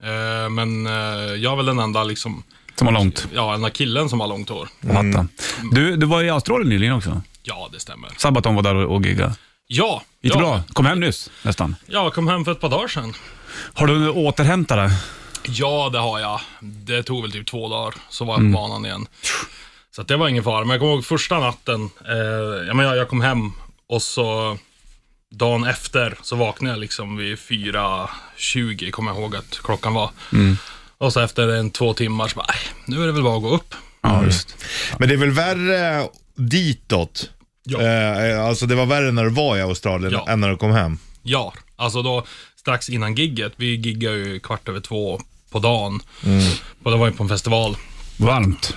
Speaker 9: Eh, men eh, jag är väl den enda, liksom,
Speaker 2: Som har långt?
Speaker 9: ja, enda killen som har långt hår.
Speaker 2: Matta. Du, du var i Australien nyligen också.
Speaker 9: Ja, det stämmer.
Speaker 2: Sabaton var där och och giggade.
Speaker 9: Ja,
Speaker 2: Gick
Speaker 9: ja,
Speaker 2: det bra? Kom hem nyss nästan.
Speaker 9: Jag kom hem för ett par dagar sedan.
Speaker 2: Har du återhämtat dig?
Speaker 9: Ja, det har jag. Det tog väl typ två dagar, så var jag på banan igen. Så att det var ingen fara. Men jag kommer ihåg första natten, eh, ja, men jag, jag kom hem och så dagen efter så vaknade jag liksom vid 4.20, kommer jag ihåg att klockan var. Och så efter en två timmar så bara, "Aj, nu är det väl bara att gå upp.
Speaker 2: Ja, just.
Speaker 3: Men det är väl värre ditåt?
Speaker 9: Ja.
Speaker 3: Eh, alltså det var värre när du var i Australien
Speaker 9: Ja.
Speaker 3: än när du kom hem.
Speaker 9: Ja, alltså då strax innan gigget. Vi giggade ju kvart över två på dagen. Och det var ju på en festival.
Speaker 2: Varmt.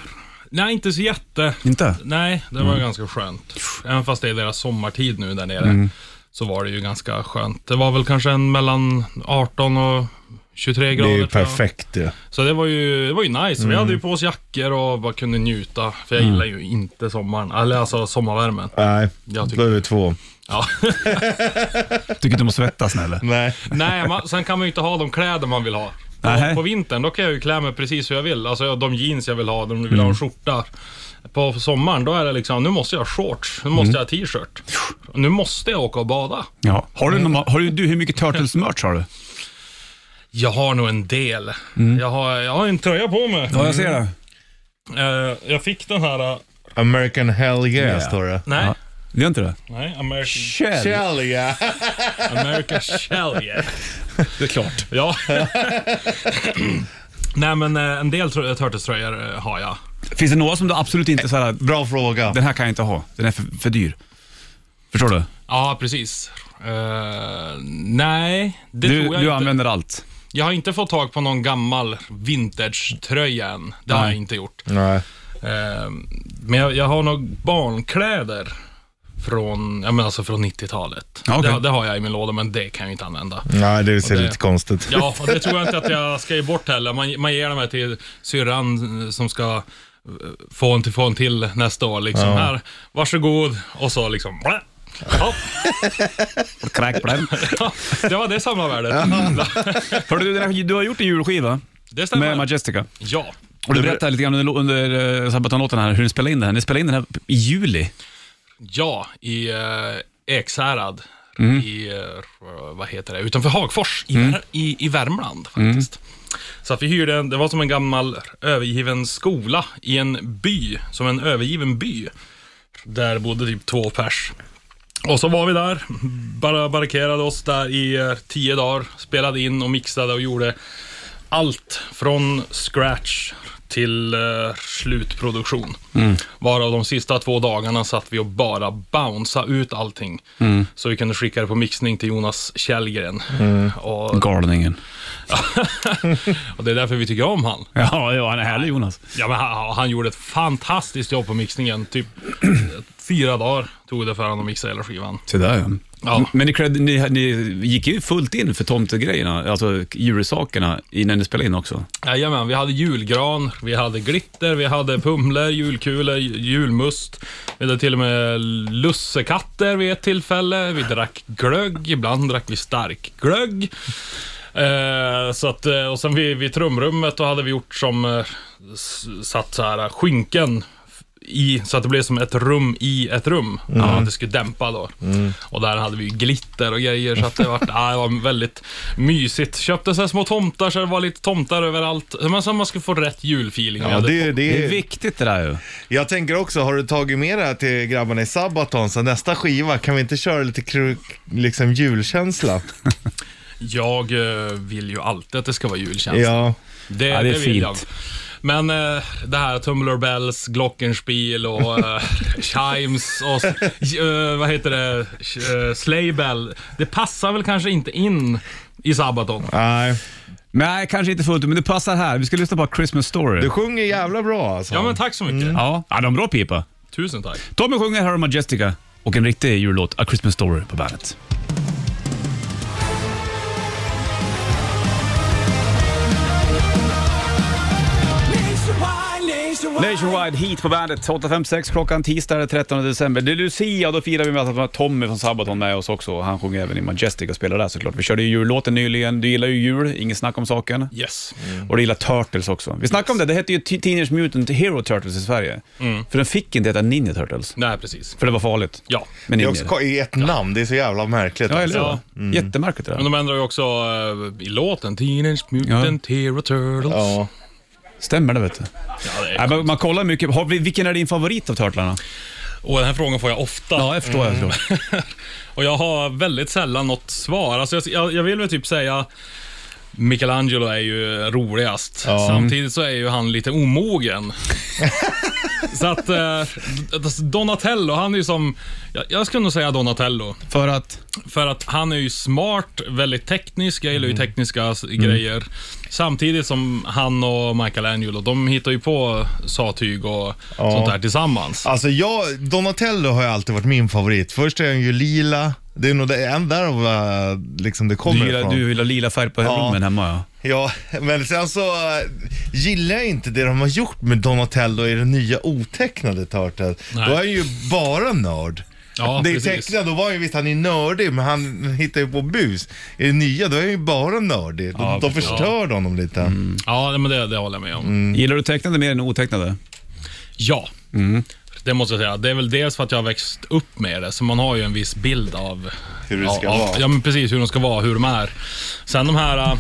Speaker 9: Nej, inte så jätte.
Speaker 2: Inte?
Speaker 9: Nej, det var
Speaker 3: Mm.
Speaker 9: ju ganska skönt. Även fast det är deras sommartid nu där nere,
Speaker 3: Mm.
Speaker 9: så var det ju ganska skönt. Det var väl kanske en mellan 18 och 23
Speaker 3: Det
Speaker 9: grader.
Speaker 3: är ju
Speaker 9: tror jag.
Speaker 3: perfekt Mm. ju.
Speaker 9: Så det var ju, det var ju nice. Vi hade ju på oss jackor och bara kunde njuta. För
Speaker 3: Mm.
Speaker 9: jag gillar ju inte sommaren, eller alltså sommarvärmen.
Speaker 3: Nej,
Speaker 9: Jag
Speaker 3: då
Speaker 9: tycker-
Speaker 3: är vi två.
Speaker 9: Ja.
Speaker 2: Tycker du måste svettas eller?
Speaker 3: Nej.
Speaker 9: Nej, man, sen kan man ju inte ha de kläder man vill ha.
Speaker 2: Nej.
Speaker 9: På, på vintern, då kan jag ju klä mig precis hur jag vill. Alltså jag- de jeans jag vill ha, de vill ha
Speaker 3: Mm.
Speaker 9: en skjorta. På sommaren, då är det liksom, nu måste jag ha shorts, nu måste
Speaker 3: Mm.
Speaker 9: jag ha t-shirt. Nu måste jag åka och bada.
Speaker 2: Ja. Har du, någon, har du, du hur mycket Turtles-merch har du?
Speaker 9: Jag har nog en del.
Speaker 2: Mm.
Speaker 9: Jag, har, jag har en tröja på mig.
Speaker 2: Ja, jag ser det.
Speaker 9: Eh, jag fick den här... eh,
Speaker 3: American hell yeah, står det.
Speaker 9: nej,
Speaker 2: Ja. Det är inte det?
Speaker 9: nej, American,
Speaker 2: Shell.
Speaker 3: Hell yeah.
Speaker 9: American Shell. Yeah.
Speaker 2: Det är klart.
Speaker 9: Ja. nej, men eh, en del trö- Turtles-tröjor eh, har jag.
Speaker 2: Finns det några som du absolut inte så här,
Speaker 3: Bra fråga.
Speaker 2: den här kan jag inte ha, den är för, för dyr? Förstår du?
Speaker 9: Ja, precis. Eh, nej, det
Speaker 2: Du,
Speaker 9: tror jag
Speaker 2: du
Speaker 9: inte.
Speaker 2: använder allt.
Speaker 9: Jag har inte fått tag på någon gammal vintage-tröja än. Det har
Speaker 2: Nej.
Speaker 9: jag inte gjort.
Speaker 3: Nej.
Speaker 9: Eh, men jag, jag har nog barnkläder från, ja, men alltså från 90-talet.
Speaker 2: Ja, okej.
Speaker 9: Det, det har jag i min låda, men det kan jag inte använda.
Speaker 3: Nej, det ser
Speaker 9: Och det-
Speaker 3: lite konstigt.
Speaker 9: Ja, och det tror jag inte att jag ska ge bort heller. Man, man ger dem här till syrran eh, som ska eh, få en till, få en till nästa år. Liksom. Här, varsågod. Och så liksom... blä. Ja,
Speaker 2: Crack på den.
Speaker 9: ja, det var det samma värde.
Speaker 2: Hörru du, den här- du har gjort en julskiva
Speaker 9: Det
Speaker 2: med
Speaker 9: stämmer.
Speaker 2: Majestica.
Speaker 9: Ja.
Speaker 2: Och du berättade lite grann under, under eh, Sabaton-låten här hur ni spelade in den här. Ni spelade in den här i juli.
Speaker 9: Ja, i eh, Ekshärad. I, eh, vad heter det, utanför Hagfors i, Vär- i, i Värmland faktiskt. Så att vi hyrde en, det var som en gammal övergiven skola i en by, som en övergiven by. Där bodde typ två pers. Och så var vi där, bara barrikaderade oss där i eh, tio dagar, spelade in och mixade och gjorde allt från scratch till eh, slutproduktion. Varav de sista två dagarna satt vi och bara bouncea ut allting. Så vi kunde skicka det på mixning till Jonas Källgren. Och,
Speaker 2: Galningen.
Speaker 9: och det är därför vi tycker om han.
Speaker 2: Ja, ja, han är härlig Jonas.
Speaker 9: Ja, men han, han gjorde ett fantastiskt jobb på mixningen. Typ fyra dagar tog det för honom att mixa hela skivan.
Speaker 2: Se där ja.
Speaker 9: Ja.
Speaker 2: Men ni, cred, ni, ni gick ju fullt in för tomtegrejerna, alltså julsakerna, innan ni spelade in också.
Speaker 9: Jajamän, vi hade julgran, vi hade glitter, vi hade pumlor, julkulor, ju- julmust. Vi hade till och med lussekatter vid ett tillfälle. Vi drack glögg, ibland drack vi stark glögg. Eh, så att, eh, och sen vid, vid trumrummet då hade vi gjort som eh, s- satt så här skinken i, så att det blev som ett rum i ett rum.
Speaker 3: Mm.
Speaker 9: Ja, det skulle dämpa då. Och där hade vi ju glitter och grejer så att det, vart, ah, det var väldigt mysigt. Köpte så här små tomtar så det var lite tomtar överallt. Men så man skulle få rätt julfeeling. Vi
Speaker 3: Ja,
Speaker 9: hade
Speaker 3: det,
Speaker 2: Det är
Speaker 3: det,
Speaker 2: viktigt det där ju.
Speaker 3: jag tänker också, har du tagit med det här till grabbarna i Sabaton, så nästa skiva, kan vi inte köra lite kru, liksom julkänsla?
Speaker 9: Jag eh, vill ju alltid att det ska vara julkänsla.
Speaker 3: Ja.
Speaker 9: Det,
Speaker 2: Ja, det
Speaker 9: det,
Speaker 2: är
Speaker 9: vill
Speaker 2: fint.
Speaker 9: jag. Men eh, det här Tumbler Bells, Glockenspiel och eh, Chimes och s- eh, vad heter det, uh, Sleigh Bell. Det passar väl kanske inte in i Sabaton.
Speaker 3: Nej,
Speaker 2: Nej, kanske inte fullt ut, men det passar här. Vi ska lyssna på Christmas Story.
Speaker 3: du sjunger jävla bra alltså.
Speaker 9: Ja men tack så mycket.
Speaker 2: Ja, ja de är bra pipa.
Speaker 9: Tusen tack.
Speaker 2: Tommy sjunger här om Majestica och en riktig jullåt, A Christmas Story, på bandet. Nationwide Heat på bandet. 8.56 klockan tisdag den 13 december. Det är Lucia och då firar vi med att vi har Tommy från Sabaton med oss också. Han sjunger även i Majestic och spelar där såklart. Vi körde ju jullåten nyligen. Du gillar ju jul, inget snack om saken.
Speaker 9: Yes.
Speaker 2: Och du gillar Turtles också. Vi snackade om det, det hette ju Te- Teenage Mutant Hero Turtles i Sverige. För den fick inte heta Ninja Turtles.
Speaker 9: Nej precis.
Speaker 2: För det var farligt.
Speaker 9: Mm. Ja.
Speaker 2: Men
Speaker 3: Det är
Speaker 2: ninjor.
Speaker 3: också ko- i ett namn, det är så jävla märkligt.
Speaker 2: Ja, eller
Speaker 3: alltså.
Speaker 2: hur? Jättemärkligt det
Speaker 9: Men
Speaker 2: där.
Speaker 9: de ändrar ju också eh, i låten. Teenage Mutant Hero Turtles.
Speaker 3: ja.
Speaker 2: Stämmer det vet du.
Speaker 9: Ja, det
Speaker 2: Nej,
Speaker 9: är.
Speaker 2: men man kollar mycket. Har vi, vilken är din favorit av Turtlarna?
Speaker 9: Och den här frågan får jag ofta. Mm.
Speaker 2: Ja, jag förstår. Jag förstår.
Speaker 9: Och jag har väldigt sällan något svar. Alltså jag, jag, jag vill väl typ säga Michelangelo är ju roligast. Samtidigt så är ju han lite omogen. så att eh, Donatello, han är ju som, jag, jag skulle nog säga Donatello.
Speaker 2: För att?
Speaker 9: För att han är ju smart, väldigt teknisk, jag gillar
Speaker 2: Mm.
Speaker 9: ju tekniska s- grejer. Samtidigt som han och Michelangelo, de hittar ju på satyg och sånt där tillsammans.
Speaker 3: Alltså jag, Donatello har ju alltid varit min favorit. Först är han ju lila, det är nog det enda där eh, liksom det
Speaker 2: Du,
Speaker 3: kommer
Speaker 2: gillar,
Speaker 3: ifrån.
Speaker 2: du vill ha lila färg på
Speaker 3: Ja.
Speaker 2: rummen hemma ja.
Speaker 3: Ja, men sen så eh, gillar jag inte det de har gjort med Donatello i den nya otecknade Turtles. Då
Speaker 9: Nej.
Speaker 3: är han ju bara nörd.
Speaker 9: Ja,
Speaker 3: det är
Speaker 9: precis.
Speaker 3: tecknat, då var han ju visst han är nördig, men han hittar ju på bus. I det nya, då är han ju bara nördig. De, de
Speaker 9: precis. Mm.
Speaker 3: förstör honom lite.
Speaker 9: Ja, men det, det håller jag med om.
Speaker 3: Mm.
Speaker 2: Gillar du tecknade mer än otecknade?
Speaker 9: Ja.
Speaker 3: Mm.
Speaker 9: Det måste jag säga. Det är väl dels för att jag har växt upp med det, så man har ju en viss bild av
Speaker 3: Hur det ska
Speaker 9: ja,
Speaker 3: vara.
Speaker 9: Ja, men precis hur de ska vara, hur de är. Sen de här, äh,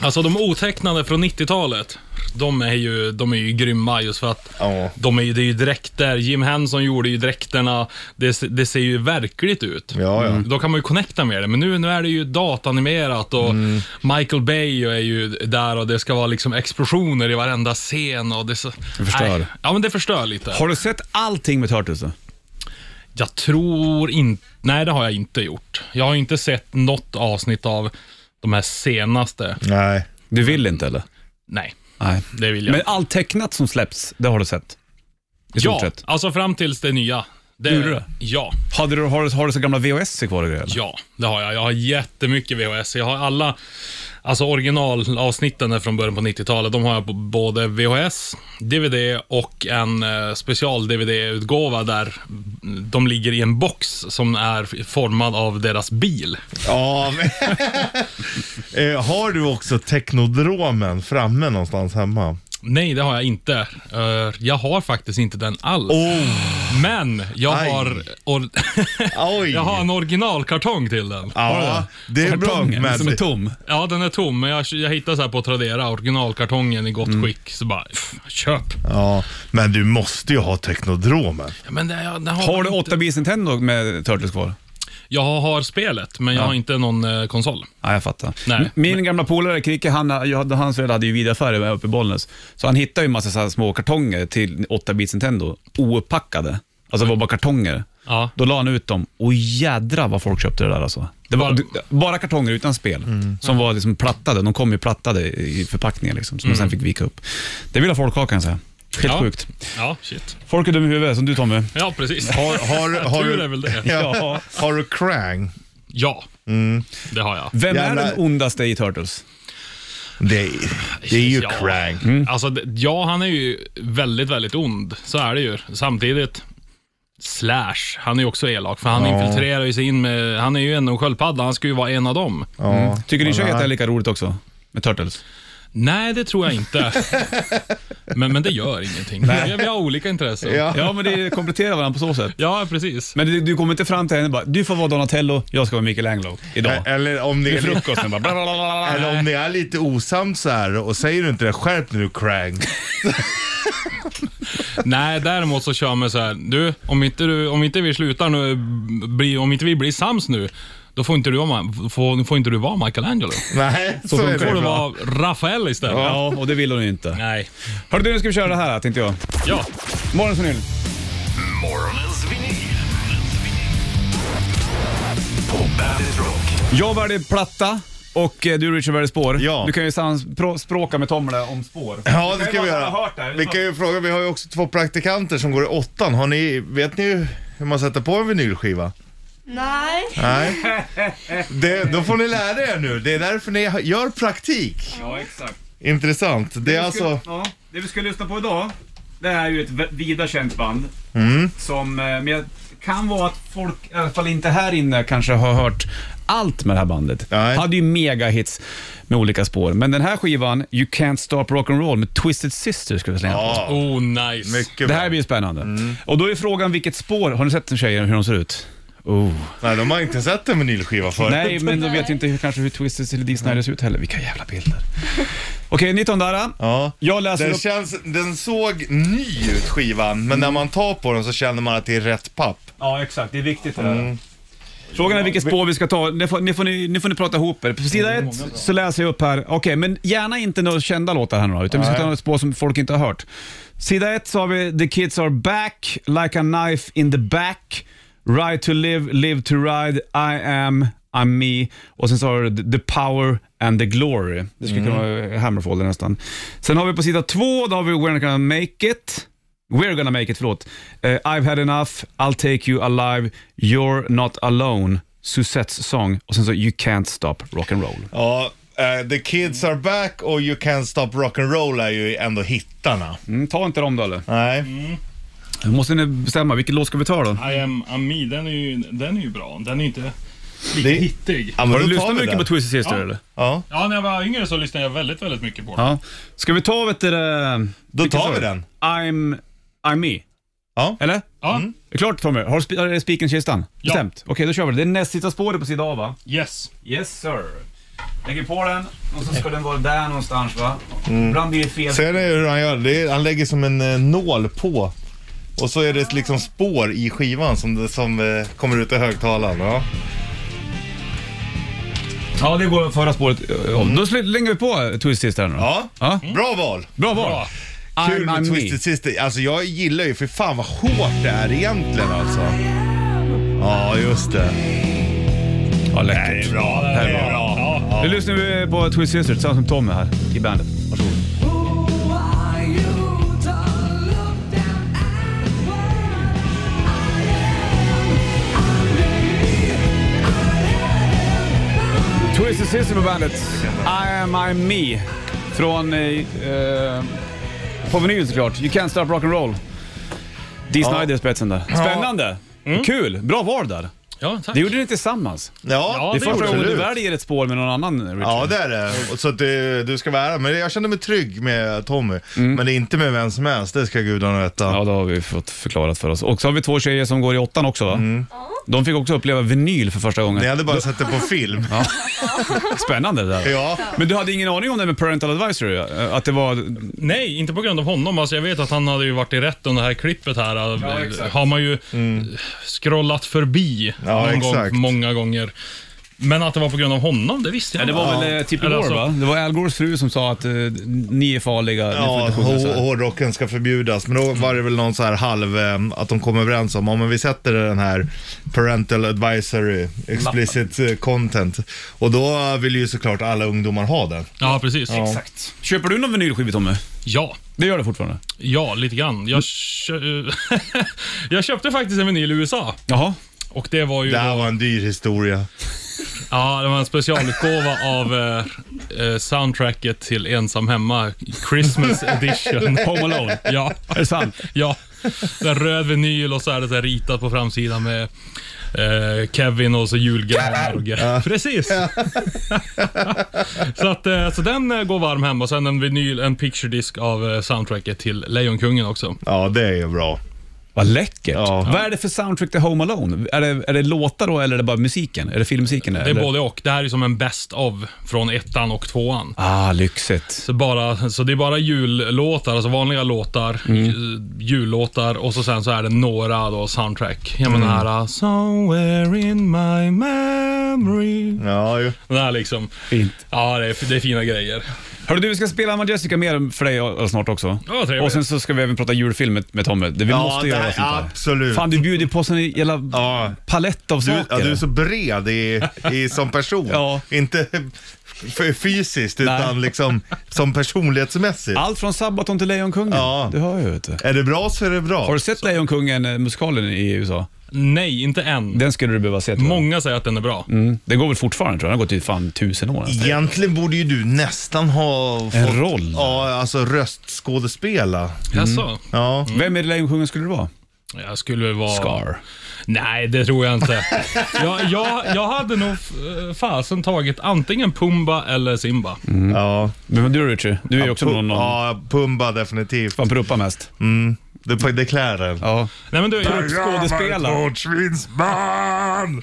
Speaker 9: alltså de otecknade från 90-talet, de är ju, de är ju grymma just för att
Speaker 3: Ja.
Speaker 9: de är, ju- det är ju dräkter. Jim Henson gjorde ju dräkterna. Det, se- det ser ju verkligt ut. Mm.
Speaker 3: Ja, ja.
Speaker 9: Då kan man ju connecta med det, men nu, nu är det ju datanimerat och
Speaker 3: Mm.
Speaker 9: Michael Bay är ju där och det ska vara liksom explosioner i varenda scen. Och det, så, det
Speaker 2: förstör.
Speaker 9: Ja, men det förstör lite.
Speaker 2: Har du sett allting med Turtles? då?
Speaker 9: Jag tror inte... Nej, det har jag inte gjort. Jag har ju inte sett något avsnitt av de här senaste.
Speaker 3: Nej.
Speaker 2: Du vill inte eller?
Speaker 9: Nej,
Speaker 2: Nej.
Speaker 9: det vill jag
Speaker 2: Men allt tecknat som släpps, det har du sett? I stort
Speaker 9: Ja,
Speaker 2: sett.
Speaker 9: alltså fram tills det nya. Det,
Speaker 2: Gjorde du det?
Speaker 9: Ja,
Speaker 2: Hade du, har, du, har du så gamla VHS kvar i det eller?
Speaker 9: ja, det har jag. Jag har jättemycket VHS. Jag har alla, alltså originalavsnitten är från början på 90-talet. De har jag på både VHS, DVD och en eh, special-DVD-utgåva där de ligger i en box som är formad av deras bil.
Speaker 3: Ja, men... eh, har du också teknodromen framme någonstans hemma?
Speaker 9: Nej, det har jag inte. Eh, jag har faktiskt inte den alls. Oh. Men jag
Speaker 3: Aj.
Speaker 9: har, or-
Speaker 3: Oj!
Speaker 9: jag har en originalkartong till den.
Speaker 3: Ja, det är bra.
Speaker 2: Kartongen
Speaker 3: Men
Speaker 2: som är liksom tom.
Speaker 9: Ja, den är tom, men jag, jag hittade så här på Tradera, originalkartongen i gott
Speaker 3: Mm.
Speaker 9: skick. Så bara, pff, köp.
Speaker 3: Ja, men du måste ju ha teknodromen.
Speaker 9: Ja, men det, jag, det
Speaker 2: Har du
Speaker 9: jag
Speaker 2: 8
Speaker 9: inte.
Speaker 2: bits Nintendo med Turtles kvar?
Speaker 9: Jag har spelet, men jag har inte någon eh, konsol.
Speaker 2: Ja, jag fattar.
Speaker 9: Nej.
Speaker 2: M- Min gamla polare Kricke, han, jag hade- hans föräldrar hade ju videoaffärer med uppe i Bollnäs. Så han hittade ju en massa så här små kartonger till 8-bits Nintendo, ouppackade. Alltså det var bara kartonger.
Speaker 9: Ja.
Speaker 2: Då la han ut dem och jädra vad folk köpte det där alltså. Det var
Speaker 9: Bara-
Speaker 2: du, bara kartonger utan spel, som var liksom plattade. De kom ju plattade i förpackningar liksom, som man sen fick vika upp. Det ville folk ha kan jag säga. Helt
Speaker 9: Mm. Ja.
Speaker 2: sjukt.
Speaker 9: Ja, shit.
Speaker 2: Folk är dum i huvudet, som du Tommy.
Speaker 9: Ja, precis.
Speaker 3: Har, har, har,
Speaker 9: Tur är
Speaker 3: du,
Speaker 9: väl det.
Speaker 2: Ja.
Speaker 3: har du Krang?
Speaker 9: Ja,
Speaker 3: Mm.
Speaker 9: det har jag.
Speaker 2: Vem
Speaker 3: Jävlar.
Speaker 2: är den ondaste i Turtles?
Speaker 3: Det är, det är ju
Speaker 9: Ja.
Speaker 3: Krang.
Speaker 2: Mm.
Speaker 9: Alltså, det- ja, han är ju väldigt, väldigt ond. Så är det ju. Samtidigt, Slash, han är ju också elak, för han infiltrerar ju sig in med... Han är ju ändå en sköldpadda, han ska ju vara en av dem.
Speaker 3: Ja.
Speaker 2: Tycker din tjej att det är
Speaker 3: Nej.
Speaker 2: lika roligt också? Med Turtles?
Speaker 9: Nej, det tror jag inte. men, men det gör ingenting. Vi, vi har olika intressen. Ja,
Speaker 3: Ja.
Speaker 2: Ja, men det kompletterar varandra på så sätt.
Speaker 9: precis.
Speaker 2: Men du, du kommer inte fram till henne och bara, du får vara Donatello, jag ska vara Michelangelo idag.
Speaker 3: Eller om ni
Speaker 2: Vid
Speaker 3: är,
Speaker 2: frukosten bara, bla, bla, bla, bla, bla.
Speaker 3: eller om ni är lite osams så här och säger du inte det, skärp nu Krang.
Speaker 9: Nej, däremot så kör man så här. Du, om inte, du, om inte vi slutar nu, bli, om inte vi blir sams nu, då får inte du vara, Ma- får, får inte du vara Michelangelo.
Speaker 3: Nej, så, är
Speaker 9: Då
Speaker 3: det
Speaker 9: får du
Speaker 3: bra.
Speaker 9: vara Rafael istället.
Speaker 2: Ja, och det vill hon ju inte.
Speaker 9: Nej.
Speaker 2: Hörru du, nu ska vi köra det här tänkte jag.
Speaker 9: Ja.
Speaker 2: Morgonens vinyl.
Speaker 1: Morgonens vinyl. På Bandit Rock.
Speaker 2: Jag väljer platta och eh, du Richard väljer spår.
Speaker 3: Ja.
Speaker 2: Du kan ju samspråka med Tom där om spår.
Speaker 3: Ja, det
Speaker 2: kan ju
Speaker 3: ska vi
Speaker 2: bara ha
Speaker 3: göra.
Speaker 2: hört det här.
Speaker 3: Vi kan ju fråga, vi har ju också två praktikanter som går i åttan. Har ni, vet ni hur man sätter på en vinylskiva?
Speaker 10: Nej.
Speaker 3: Nej. Det, då får ni lära er nu. Det är därför ni ha- gör praktik.
Speaker 2: Ja, exakt.
Speaker 3: Intressant. Det är alltså...
Speaker 11: ja, det vi ska lyssna på idag, det är ju ett v- vida känt band.
Speaker 3: Mm.
Speaker 11: Som, eh, men jag
Speaker 2: Kan vara att folk, i alla fall inte här inne, kanske har hört allt med det här bandet.
Speaker 3: Nej.
Speaker 2: Hade ju megahits med olika spår. Men den här skivan, You Can't Stop Rock'n'Roll med Twisted Sister, ska vi slänga på.
Speaker 3: Ja, Mm.
Speaker 9: Oh, nice.
Speaker 3: mycket
Speaker 2: Det
Speaker 3: bra.
Speaker 2: här blir spännande. Och då är frågan vilket spår, har ni sett den tjejen hur hon ser ut? Oh.
Speaker 3: Nej, de har inte sett en vinylskiva förut.
Speaker 2: Nej, men de vet ju inte hur, kanske hur Twisted eller Dee
Speaker 3: Mm.
Speaker 2: Snider ser ut heller. Vilka jävla bilder. Okej, 19 där.
Speaker 3: Ja.
Speaker 2: Jag läser
Speaker 3: Den,
Speaker 2: upp...
Speaker 3: känns, den såg ny ut skivan, men när man tar på den så känner man att det är rätt papp.
Speaker 2: Ja, exakt. Det är viktigt det där. Frågan är vilket spår vi ska ta. Nu får nu får ni, nu får ni prata ihop er. På sida ett så läser jag upp här. Okej, men gärna inte några kända låtar här nu då, utan vi ska ta något spår som folk inte har hört. Sida ett så har vi The Kids Are Back, Like a Knife in the Back, Ride to Live, Live to Ride, I Am, I'm Me och sen så har du The Power and the Glory. Det skulle kunna vara Hammerfall nästan. Sen har vi på sida två, då har vi We're Not Gonna Make It. We're gonna make it, förlåt. Eh, I've had enough, I'll take you alive, You're not alone, Suzettes sång och sen så You can't stop rock'n'roll.
Speaker 3: Ja, eh, The Kids Are Back och You Can't Stop Rock'n'Roll är ju ändå hittarna.
Speaker 2: Mm, ta inte dem då eller?
Speaker 3: Nej.
Speaker 2: Nu måste ni bestämma, vilken låt ska vi ta då?
Speaker 9: I am Ami, den är ju, den är ju bra. Den är ju inte lika
Speaker 3: Det-
Speaker 9: hittig.
Speaker 3: Ja, men
Speaker 2: Har
Speaker 3: då
Speaker 2: du
Speaker 3: tar
Speaker 2: lyssnat
Speaker 3: vi
Speaker 2: mycket
Speaker 3: den.
Speaker 2: på Twisted Sister eller?
Speaker 3: Ja,
Speaker 9: Ja, när jag var yngre så lyssnade jag väldigt, väldigt mycket på den.
Speaker 2: Ja. Ska vi ta vet du, det-
Speaker 3: Då
Speaker 2: vilken
Speaker 3: tar
Speaker 2: sa
Speaker 3: vi
Speaker 2: du?
Speaker 3: den.
Speaker 2: I'm, I'm me.
Speaker 3: Ja.
Speaker 2: Eller?
Speaker 9: Ja,
Speaker 3: Mm.
Speaker 2: Det är klart Tommy, har du sp- har du spiken i kistan?
Speaker 9: Ja.
Speaker 2: Bestämt? Okej, då kör vi. Det är näst sista spåret på sida A va?
Speaker 9: yes.
Speaker 2: Yes sir. Lägger på den och så ska den vara där någonstans va?
Speaker 3: Mm.
Speaker 2: Ibland blir det fel.
Speaker 3: ser ni hur han gör? Det är, han lägger som en eh, nål på. Och så är det liksom spår i skivan som, det- som eh, kommer ut i högtalaren. Ja.
Speaker 2: Ja, det går förra spåret eh, om. Då slänger vi på Twist Sister här nu då.
Speaker 3: ja.
Speaker 2: Ja.
Speaker 3: Bra val!
Speaker 2: Bra val.
Speaker 9: Bra.
Speaker 2: I'm,
Speaker 3: Kul med
Speaker 2: I'm me.
Speaker 3: Twisted Sister. Alltså jag gillar ju, för fan vad hårt det är egentligen alltså. Ja, just det.
Speaker 2: Ja, läckert. Det är bra. Det är bra. Nu lyssnar vi på Twin Sisters tillsammans med Tommy här i bandet. Varsågod. Twisted Sister på bandet. I am I'm me. Från... Eh, eh, på menyn såklart. You can't stop rock and roll. Dee Snider i spetsen där. Spännande!
Speaker 3: Mm.
Speaker 2: Kul! Bra val där.
Speaker 9: Ja, tack.
Speaker 2: Det gjorde ni tillsammans.
Speaker 3: Ja,
Speaker 2: det är första gången
Speaker 3: absolut.
Speaker 2: du Mm. väljer ett spår med någon annan Richard.
Speaker 3: Ja, det är det. Och Så att det, du ska vara Men jag kände mig trygg med Tommy. Men det är inte med vem som helst, det ska gudarna veta.
Speaker 2: Mm. Ja, det har vi fått förklarat för oss. Och så har vi två tjejer som går i åttan också va?
Speaker 3: Mm.
Speaker 2: De fick också uppleva vinyl för första gången.
Speaker 3: Ni hade bara sett det på film. Ja.
Speaker 2: Spännande det där. Men du hade ingen aning om det med Parental Advisory? eh, Att det var...
Speaker 9: Nej, inte på grund av honom. Alltså, jag vet att han hade ju varit i rätt om det här klippet här.
Speaker 11: Ja, exakt.
Speaker 9: har man ju eh, scrollat förbi
Speaker 3: Ja,
Speaker 9: någon
Speaker 3: exakt.
Speaker 9: gång, många gånger. Men att det var på grund av honom, det visste jag
Speaker 2: Ja, det var
Speaker 9: inte.
Speaker 2: väl eh, Tippi
Speaker 9: Eller
Speaker 2: Gore
Speaker 9: alltså-
Speaker 2: va? Det var Al Gores fru som sa att eh, ni är farliga, ni får
Speaker 3: Ja,
Speaker 2: inte sjunga så
Speaker 3: hå-
Speaker 2: här.
Speaker 3: hårdrocken ska förbjudas. Men då var det väl någon så här halv, eh, att de kom överens om, om vi sätter den här parental advisory, explicit eh, content. Och då vill ju såklart alla ungdomar ha den.
Speaker 9: Ja, precis. Ja.
Speaker 2: Exakt. Köper du någon vinylskiva Tommy?
Speaker 9: ja.
Speaker 2: Det gör du fortfarande?
Speaker 9: lite grann. Jag, kö- jag köpte faktiskt en vinyl i USA
Speaker 2: Jaha.
Speaker 9: och det var ju...
Speaker 3: Det
Speaker 9: då-
Speaker 3: här var en dyr historia.
Speaker 9: Ja, det var en specialutgåva av eh, eh, soundtracket till Ensam Hemma, Christmas edition.
Speaker 2: Home Alone.
Speaker 9: Ja,
Speaker 2: Är det sant?
Speaker 9: ja. Det är röd vinyl och så är det så här ritat på framsidan med eh, Kevin och så julgranar och grejer. Precis. så, att, eh, så den eh, går varm hemma och sen en vinyl, en picture disc av eh, soundtracket till Lejonkungen också.
Speaker 3: Ja, det är ju bra.
Speaker 2: Vad läckert.
Speaker 3: Ja.
Speaker 2: Vad är det för soundtrack till Home Alone? Är det, är det låtar då eller är det bara musiken? Är det filmmusiken?
Speaker 9: Det är både och. Det här är som en best of från ettan och tvåan.
Speaker 2: Ah, lyxigt.
Speaker 9: Så, bara, så det är bara jullåtar, alltså vanliga låtar, ju- jullåtar och så sen så är det några då soundtrack. Ja men den här uh, “Somewhere in my memory”.
Speaker 3: Ja, ju.
Speaker 9: Den här liksom.
Speaker 2: Fint.
Speaker 9: Ja, det är, det är fina grejer.
Speaker 2: Hörru du, vi ska spela Majestica mer för dig och- och snart också.
Speaker 9: Ja, trevligt.
Speaker 2: och sen så ska vi även prata julfilm med, med Tommy. Det, vi
Speaker 3: Ja,
Speaker 2: måste
Speaker 3: det
Speaker 2: göra
Speaker 3: här-
Speaker 2: sånt här.
Speaker 3: absolut.
Speaker 2: Fan, du bjuder på sån jävla
Speaker 3: Ja.
Speaker 2: palett av
Speaker 3: Du,
Speaker 2: saker.
Speaker 3: ja, du är så bred i, i, som person.
Speaker 2: Ja.
Speaker 3: Inte f- fysiskt, utan
Speaker 2: Nej.
Speaker 3: liksom som personlighetsmässigt.
Speaker 2: Allt från Sabaton till Lejonkungen.
Speaker 3: Ja.
Speaker 2: Det hör jag vet du.
Speaker 3: Är det bra så är det
Speaker 2: Har
Speaker 3: bra.
Speaker 2: du sett Lejonkungen, eh, musikalen i USA?
Speaker 9: Nej, inte än.
Speaker 2: Den skulle du behöva se. tror jag.
Speaker 9: Många säger att den är bra.
Speaker 2: Mm. Den går väl fortfarande tror jag. Den har gått i fan tusen år. nästan.
Speaker 3: Egentligen borde ju du nästan ha fått,
Speaker 2: roll.
Speaker 3: Ja, alltså röstskådespela.
Speaker 9: Jaså?
Speaker 3: Ja.
Speaker 2: Vem är det Lejonkungen skulle det vara?
Speaker 9: Jag skulle väl vara...
Speaker 2: Scar.
Speaker 9: Nej, det tror jag inte. jag, jag, jag hade nog eh, fasen tagit antingen Pumba eller Simba.
Speaker 3: Ja.
Speaker 2: Men vad du Richie? Du Mm. är ju också
Speaker 3: Pu-
Speaker 2: någon någon
Speaker 3: Ja, Pumba definitivt.
Speaker 2: fan pruppar mest.
Speaker 3: Det, det klär en.
Speaker 2: Ja.
Speaker 9: Nej, men du, jag,
Speaker 2: Skådespelare.
Speaker 3: Tordsvinsman!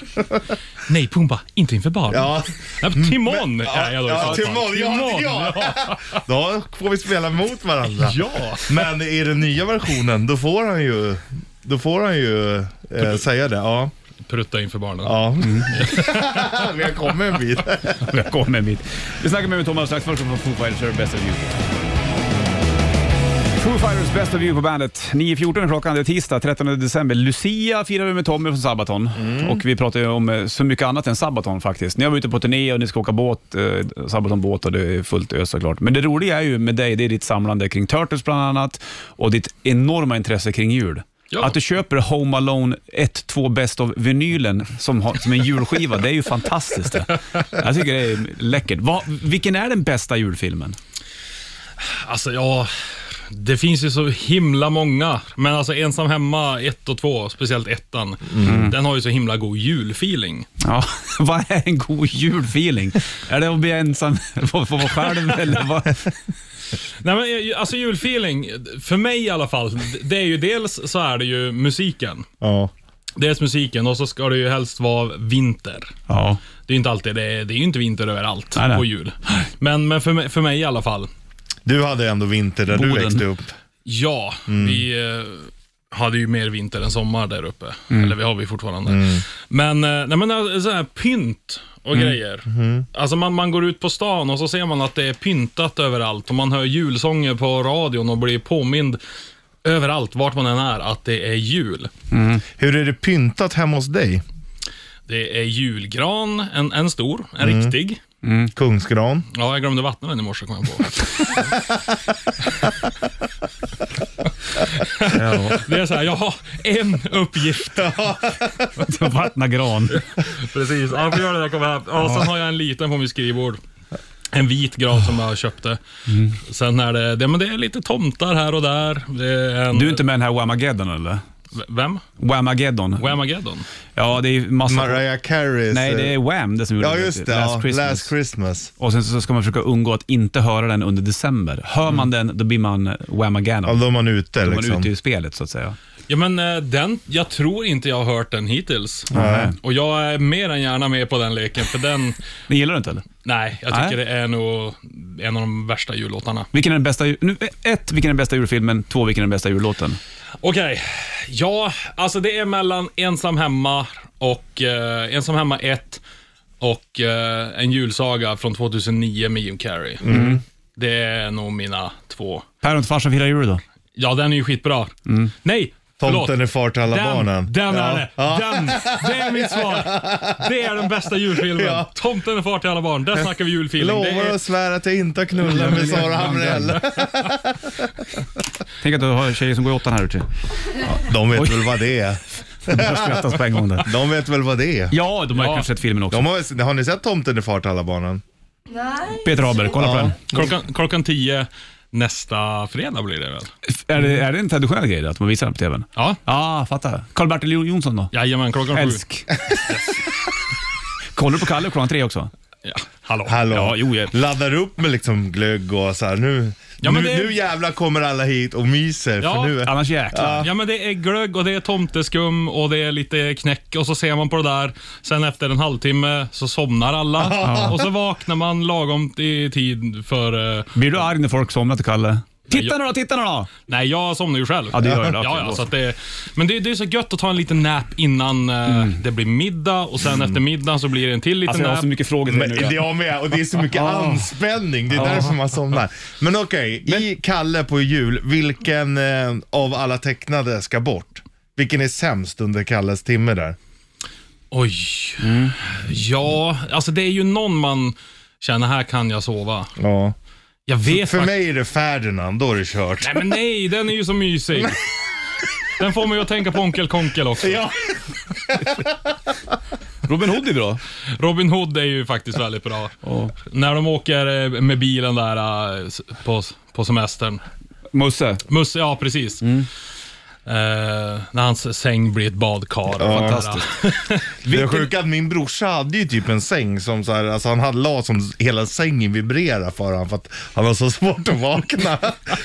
Speaker 9: nej Pumba, inte inför barn.
Speaker 3: Ja,
Speaker 9: Ja, Timon är jag då i
Speaker 3: ja,
Speaker 9: så fall.
Speaker 3: Timon, ja, ja. då får vi spela mot varandra.
Speaker 9: Ja.
Speaker 3: Men i den nya versionen, då får han ju, då får han ju eh, säga det. Ja,
Speaker 9: Prutta inför barnen.
Speaker 3: ja. vi har kommit en bit.
Speaker 2: Jag kommer med mitt. Vi snackar med Thomas strax. Först från Foo Fighters, är det Best of You. Foo Fighters Best of You på bandet. 9.14 är klockan, det är tisdag 13 december. Lucia firar vi med Tommy från Sabaton. Och vi pratar ju om eh, så mycket annat än Sabaton faktiskt. Ni har varit ute på turné och ni ska åka båt, eh, Sabaton-båt och det är fullt ös såklart. Men det roliga är ju med dig, det är ditt samlande kring Turtles bland annat och ditt enorma intresse kring jul.
Speaker 9: Ja.
Speaker 2: Att du köper Home Alone 1, 2 Best of-vinylen som, har- som en julskiva, det är ju fantastiskt. Det. Jag tycker det är läckert. Va, vilken är den bästa julfilmen?
Speaker 9: Alltså ja, det finns ju så himla många. Men alltså ensam hemma 1 och 2, speciellt ettan.
Speaker 3: Mm.
Speaker 9: Den har ju så himla god julfeeling.
Speaker 2: Ja, vad är en god julfeeling? Är det att bli ensam, få få vara själv eller vad?
Speaker 9: Nej men eh, alltså julfeeling, för mig i alla fall, det är ju dels så är det ju musiken.
Speaker 3: Ja.
Speaker 9: Dels musiken och så ska det ju helst vara vinter.
Speaker 2: Ja.
Speaker 9: Det är ju inte alltid, det är, det är ju inte vinter överallt
Speaker 2: Nej, nej.
Speaker 9: på jul. Men, men för, mig, för mig i alla fall.
Speaker 3: Du hade ändå vinter där du
Speaker 2: Boden.
Speaker 3: växte upp.
Speaker 9: Ja, vi eh, hade ju mer vinter än sommar där uppe. Eller vi har vi fortfarande. Men, eh, nej, men eh, så här, pynt och grejer. Alltså man, man går ut på stan och så ser man att det är pyntat överallt och man hör julsånger på radion och blir påmind överallt, vart man än är, att det är jul.
Speaker 3: Hur är det pyntat hemma hos dig?
Speaker 9: Det Det är julgran, en, en stor, en
Speaker 3: Mm.
Speaker 9: riktig.
Speaker 3: Kungsgran.
Speaker 9: Ja, jag glömde vattna den i morse kom jag på. Det är så här, jag har en uppgift.
Speaker 2: Vattna gran.
Speaker 9: Precis, ja, jag får göra det när jag kommer hem. Ja, sen har jag en liten på mitt skrivbord. En vit gran som jag köpte. Sen är det, det, men det är lite tomtar här och där. Det är en,
Speaker 2: Du är inte med i den här Whamageddon eller?
Speaker 9: V- Vem?
Speaker 2: Whamageddon.
Speaker 9: Whamageddon?
Speaker 2: Ja, det är ju massa...
Speaker 3: Mariah Careys...
Speaker 2: Alltså, Nej,
Speaker 3: eh,
Speaker 2: det är Wham det som gjorde
Speaker 3: Ja,
Speaker 2: det.
Speaker 3: just det.
Speaker 2: Last
Speaker 3: ja.
Speaker 2: Christmas.
Speaker 3: Last Christmas.
Speaker 2: Och sen så ska man försöka undgå att inte höra den under december. Hör man den, då blir man Whamageddon.
Speaker 3: Mm. Ja, då är man ute
Speaker 2: Då är
Speaker 3: liksom.
Speaker 2: man ute i spelet så att säga.
Speaker 9: Ja, men eh, den, jag tror inte jag har hört den hittills.
Speaker 2: Nej.
Speaker 9: Och jag är mer än gärna med på den leken, för den,
Speaker 2: Ni gillar du inte eller?
Speaker 9: nej, jag tycker
Speaker 2: Nej.
Speaker 9: det är nog en av de värsta jullåtarna.
Speaker 2: Vilken är den bästa, ju- nu, ett, vilken är den bästa julfilmen? Två, vilken är den bästa jullåten?
Speaker 9: Okej, ja, alltså det är mellan Ensam Hemma och eh, Ensam Hemma 1 och eh, En julsaga från 2009 med Jim Carrey.
Speaker 3: Mm.
Speaker 9: Det är nog mina två.
Speaker 2: Päron till farsan firar jul då?
Speaker 9: Ja, den är ju skitbra. Nej, förlåt.
Speaker 3: Mm. Tomten är far till alla
Speaker 9: den,
Speaker 3: barnen.
Speaker 9: Den
Speaker 3: ja.
Speaker 9: är det. Den, det är mitt svar. Det är den bästa julfilmen.
Speaker 3: Ja.
Speaker 9: Tomten är far till alla barn. Där snackar vi
Speaker 3: Jag
Speaker 9: julfilm. Det
Speaker 3: lovar
Speaker 9: är,
Speaker 3: och svär att jag inte har knullat med Sara Hamrell.
Speaker 2: Tänk att du har tjejer som går i åttan här ute.
Speaker 3: De vet väl vad det är.
Speaker 2: Det börjar skrattas på en gång där.
Speaker 3: De vet väl vad det är.
Speaker 2: Ja, de har
Speaker 9: Ja.
Speaker 2: kanske sett filmen också.
Speaker 3: De har, har ni sett Tomten är far till alla barnen?
Speaker 2: Peter Haber, kolla på
Speaker 3: Ja.
Speaker 2: den.
Speaker 9: klockan, klockan tio nästa fredag blir det väl?
Speaker 2: F- Är det, är det en traditionell grej då, att man visar den på TVn?
Speaker 9: Ja.
Speaker 2: Ja, ah, fattar. Karl-Bertil Jonsson då?
Speaker 9: Jajamän, klockan sju.
Speaker 2: Älsk. Kollar du på Kalle klockan tre också?
Speaker 9: Ja. Hallå.
Speaker 3: Hallå.
Speaker 9: Ja, jo, jag-
Speaker 3: Laddar upp med liksom glögg och så här. Nu,
Speaker 9: Ja,
Speaker 3: nu,
Speaker 9: men det-
Speaker 3: nu jävlar kommer alla hit och myser.
Speaker 9: Ja,
Speaker 3: för nu,
Speaker 2: Annars jäklar.
Speaker 9: Ja, men det är glögg och det är tomteskum och det är lite knäck och så ser man på det där. Sen efter en halvtimme så somnar alla och så vaknar man lagom i tid för... eh,
Speaker 2: Blir du arg när folk somnar till Kalle? Titta nu då, titta nu då!
Speaker 9: Nej, jag somnar ju själv.
Speaker 2: Ja, du gör det. Okej,
Speaker 9: Ja, ja,
Speaker 2: då.
Speaker 9: så att det, men det, det är så gött att ta en liten nap innan eh, det blir middag och sen efter middagen så blir det en till liten
Speaker 2: Mm. Alltså jag har
Speaker 9: nap.
Speaker 2: så mycket frågor till dig
Speaker 3: men,
Speaker 2: nu.
Speaker 3: det är
Speaker 2: ja.
Speaker 3: jag med och det är så mycket
Speaker 9: Ah.
Speaker 3: anspänning. Det är därför man somnar. Men okej, i Kalle på jul, vilken eh, av alla tecknade ska bort? Vilken är sämst under Kalles timme där?
Speaker 9: Oj.
Speaker 2: Mm.
Speaker 9: Ja, alltså det är ju någon man känner, här kan jag sova.
Speaker 3: Ja.
Speaker 9: Jag vet
Speaker 3: För
Speaker 9: fakt-
Speaker 3: mig är det Ferdinand, då är det kört.
Speaker 9: Nej, men nej, den är ju så mysig. Den får mig att tänka på Onkel Konkel också.
Speaker 3: Ja.
Speaker 2: Robin Hood är bra.
Speaker 9: Robin Hood är ju faktiskt väldigt bra.
Speaker 2: Ja.
Speaker 9: När de åker eh, med bilen där eh, s- på, på semestern.
Speaker 2: Musse.
Speaker 9: Musse, ja precis.
Speaker 2: Mm.
Speaker 9: Eh, när hans säng blir ett badkar.
Speaker 2: Fantastiskt.
Speaker 3: Det är sjuka att min brorsa hade ju typ en säng som så här, alltså han hade la som hela sängen vibrerade för honom för att han var så svårt att vakna.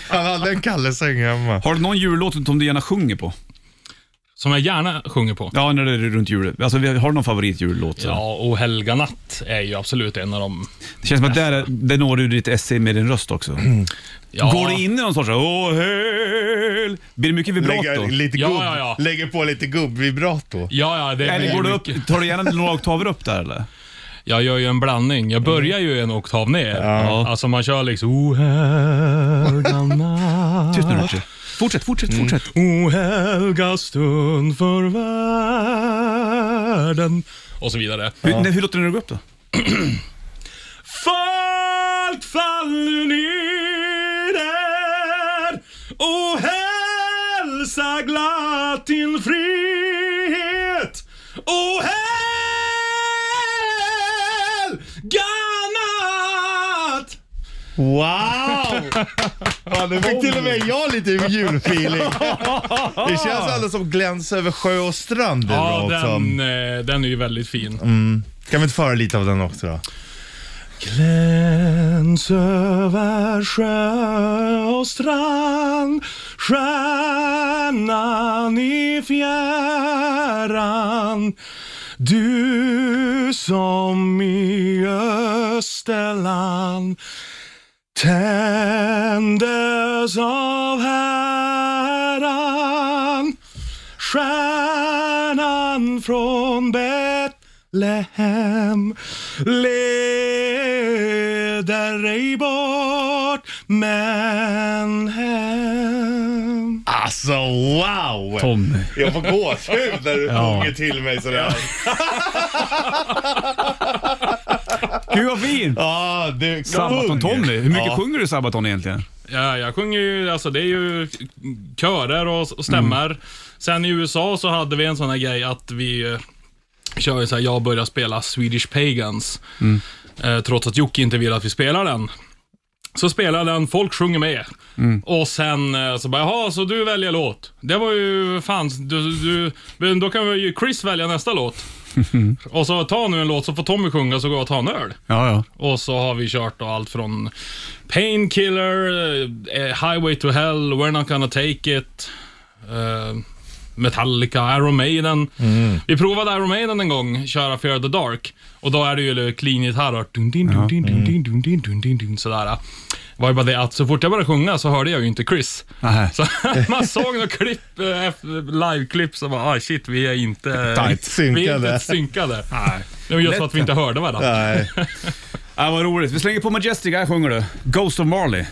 Speaker 3: Han hade en Kalle-säng hemma.
Speaker 2: Har du någon jullåt som du gärna sjunger på?
Speaker 9: Som jag gärna sjunger på.
Speaker 2: Ja, när det är runt jul. Alltså, vi- har du någon favoritjullåt? så?
Speaker 9: Ja, och Helga natt är ju absolut en av dem.
Speaker 2: Det känns som att där, är- där når du ditt esse med din röst också.
Speaker 3: Mm.
Speaker 9: Ja,
Speaker 2: Går det in i någon sorts åh höll? Blir det mycket vibrato?
Speaker 3: Lägger, lite
Speaker 9: Ja,
Speaker 3: gubb,
Speaker 9: ja, ja.
Speaker 3: lägger på lite gubb-vibrato.
Speaker 9: Ja, ja, det är
Speaker 2: Eller går du
Speaker 9: mycket.
Speaker 2: upp, tar du gärna några oktaver upp där eller?
Speaker 9: Jag gör ju en blandning. Jag börjar ju en oktav ner.
Speaker 2: Ja.
Speaker 9: Alltså man kör liksom O helga natt,
Speaker 2: Tyst nu Richie. Fortsätt, fortsätt,
Speaker 3: Mm.
Speaker 2: fortsätt.
Speaker 9: O helga stund för världen. Och så vidare.
Speaker 2: Hur, nej, hur låter det när du går upp då?
Speaker 9: Folk fall nu ner och hälsa glatt din frihet. Och helga natt.
Speaker 3: Wow! Ja, nu fick till och med jag lite julfeeling. Det känns alldeles som Gläns över sjö och strand. är
Speaker 9: Ja,
Speaker 3: bra också.
Speaker 9: den, eh, den är ju väldigt fin.
Speaker 3: Kan vi inte föra lite av den också då?
Speaker 9: Gläns över sjö och strand Stjärnan i fjärran Du som i Österland tändes av Herran Stjärnan från Betlehem leder ej bort men hem
Speaker 3: Alltså wow!
Speaker 2: Tommy.
Speaker 3: Jag får gåshud när du
Speaker 2: Ja.
Speaker 3: sjunger till mig sådär.
Speaker 2: Gud vad fint!
Speaker 3: Ja, du
Speaker 2: Sabaton-Tommy. Hur mycket
Speaker 3: Ja.
Speaker 2: sjunger du Sabaton egentligen?
Speaker 9: Ja, jag sjunger ju, alltså det är ju körer och, och stämmer. Sen i USA så hade vi en sån här grej att vi eh, kör ju så här, jag börjar spela Swedish Pagans. Eh, trots att Jocke inte vill att vi spelar den. Så spelar den, folk sjunger med. Och sen eh, så bara, jaha, så du väljer låt. Det var ju, fan, du, du, men då kan vi ju Chris välja nästa låt. och så ta nu en låt så får Tommy sjunga så går jag och tar en öl.
Speaker 2: Ja, ja.
Speaker 9: Och så har vi kört då allt från Painkiller, eh, Highway to Hell, We're Not Gonna Take It, eh, Metallica, Iron Maiden. Vi provade Iron Maiden en gång, köra Fear the Dark. Och då är det ju clean gitarr. Dun, din, dun, din, dun, din, dun, din, dun, din, dun, Sådär. Det var ju bara det att så fort jag började sjunga så hörde jag ju inte Chris.
Speaker 2: Nähä.
Speaker 9: Så man såg några klipp, eh, efter- live-klipp som var, ah shit, vi är inte
Speaker 3: Tajt synkade."
Speaker 9: Vi är inte synkade. Nej. Det var just för att vi inte hörde varandra.
Speaker 3: Nej.
Speaker 2: Ja, vad roligt. Vi slänger på Majestic. Här sjunger du. Ghost of Marley.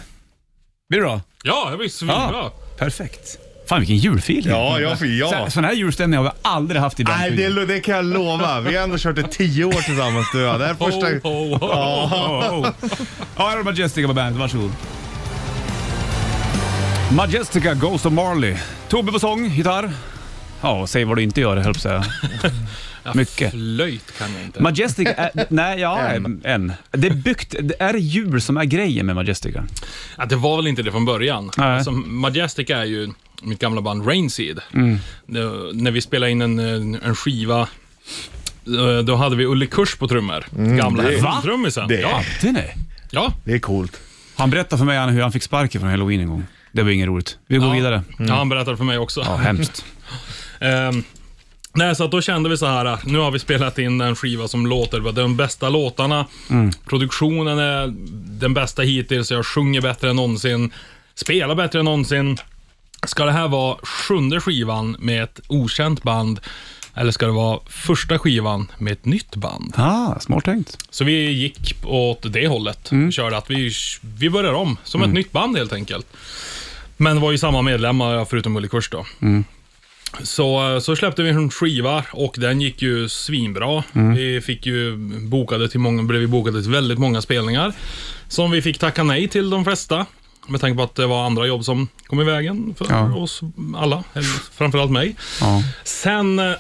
Speaker 2: Blir det bra?
Speaker 9: Ja, det var ju svinbra.
Speaker 2: Perfekt. Fan vilken julfeeling.
Speaker 3: Ja, jag får ja.
Speaker 2: Så, sån här julstämning har vi aldrig haft i den
Speaker 3: Nej, det,
Speaker 2: studion.
Speaker 3: det kan jag lova. Vi har ändå kört i tio år tillsammans du och jag. Det här är första...
Speaker 9: Ho, ho, ho.
Speaker 2: Oh, oh. Ja, här har Majestica på bandet. Varsågod. Majestica, Ghost of Marley. Tobbe på sång, gitarr. Ja, säg vad du inte gör, höll jag på att säga. Mycket.
Speaker 9: Flöjt kan jag inte.
Speaker 2: Majestic, är, nej, ja, en.
Speaker 3: En.
Speaker 2: Det är byggt, det är jul som är grejen med Majestica.
Speaker 9: Ja, det var väl inte det från början.
Speaker 2: Nej.
Speaker 9: Alltså, Majestic är ju mitt gamla band Rainseed.
Speaker 2: Mm.
Speaker 9: Det- När vi spelade in en, en en skiva, eh, då hade vi Ulle Kurs på trummor. gamla
Speaker 3: Mm. det-
Speaker 9: Hellman-trummisen.
Speaker 3: det-
Speaker 9: Ja,
Speaker 2: Det är nej.
Speaker 9: ja.
Speaker 3: Det är coolt.
Speaker 2: Han berättade för mig han- hur han fick sparken från halloween en gång. Det var inget roligt. Vi går
Speaker 9: ja.
Speaker 2: vidare. Mm.
Speaker 9: Ja, han berättade för mig också.
Speaker 2: Ja, hemskt.
Speaker 9: Ehm, nej, så att då kände vi så här, äh, nu har vi spelat in en skiva som låter, det är de bästa låtarna, produktionen är den bästa hittills, jag sjunger bättre än någonsin, spelar bättre än någonsin. Ska det här vara sjunde skivan med ett okänt band, eller ska det vara första skivan med ett nytt band?
Speaker 2: Ah, smart tänkt.
Speaker 9: Så vi gick åt det hållet. Körde att vi, vi börjar om, som ett nytt band helt enkelt. Men det var ju samma medlemmar, ja, förutom Ulle Kurs då. Så, eh, så släppte vi en skiva och den gick ju svinbra. Vi fick ju bokade till många, blev ju bokade till väldigt många spelningar. Som vi fick tacka nej till de flesta. Med tanke på att det var andra jobb som kom i vägen för
Speaker 2: Ja.
Speaker 9: oss alla. eller Framförallt mig.
Speaker 2: Ja.
Speaker 9: Sen eh,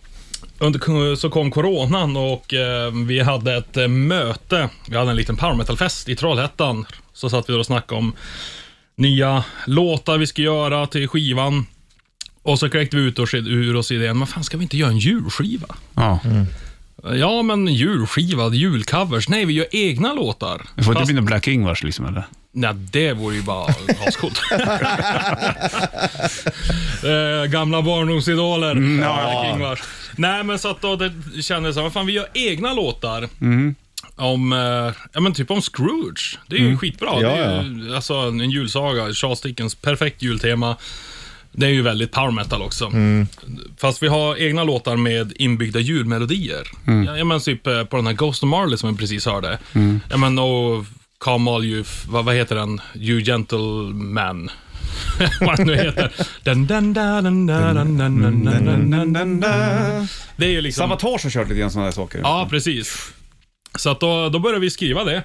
Speaker 9: under, så kom coronan och eh, vi hade ett eh, möte. Vi hade en liten power metal-fest i Trollhättan. Så satt vi där och snackade om nya låtar vi ska göra till skivan. Och så kräkte vi ut oss, ur oss idén, men fan ska vi inte göra en julskiva?
Speaker 2: Ja.
Speaker 9: Ja, men julskiva, julcovers. Nej, vi gör egna låtar.
Speaker 2: Det får inte
Speaker 9: Fast-
Speaker 2: bli någon Black Ingvars liksom eller?
Speaker 9: Nej, det vore ju bara ascoolt. eh, gamla barndomsidoler. Ja, King Vars. Nej, men så att då det kändes så här, vad fan vi gör egna låtar. Om, eh, ja men typ om Scrooge. Det är ju skitbra.
Speaker 3: Ja,
Speaker 9: det är ju, alltså en julsaga, Charles Dickens, perfekt jultema. Det är ju väldigt power metal också. Fast vi har egna låtar med inbyggda julmelodier. Ja, ja, men typ eh, på den här Ghost of Marley som vi precis hörde. Ja, men och Come All You, f- vad, vad heter den? You Gentleman. vad den nu heter. Dun, dun, dun, dun, dun, dun, dun, dun, dun, dun, dun, dun, dun. Det är ju liksom...
Speaker 2: Sabotage har kört lite grann sådana där saker.
Speaker 9: Ja, precis. Så att då, då började vi skriva det.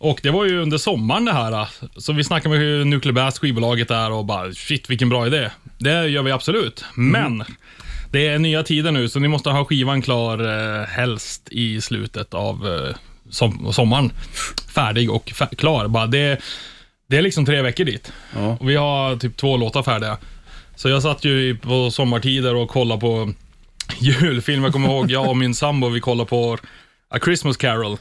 Speaker 9: Och det var ju under sommaren det här. äh. Så vi snackade med hur Nuclear Blast, skivbolaget där och bara shit vilken bra idé. Det gör vi absolut. Men det är nya tider nu så ni måste ha skivan klar eh, helst i slutet av eh, som, sommaren. Färdig och fär- klar. Bara det, det är liksom tre veckor dit.
Speaker 2: Ja.
Speaker 9: Och vi har typ två låtar färdiga. Så jag satt ju i- på sommartider och kollade på julfilm. Jag kommer ihåg, jag och min sambo, vi kollade på A Christmas Carol.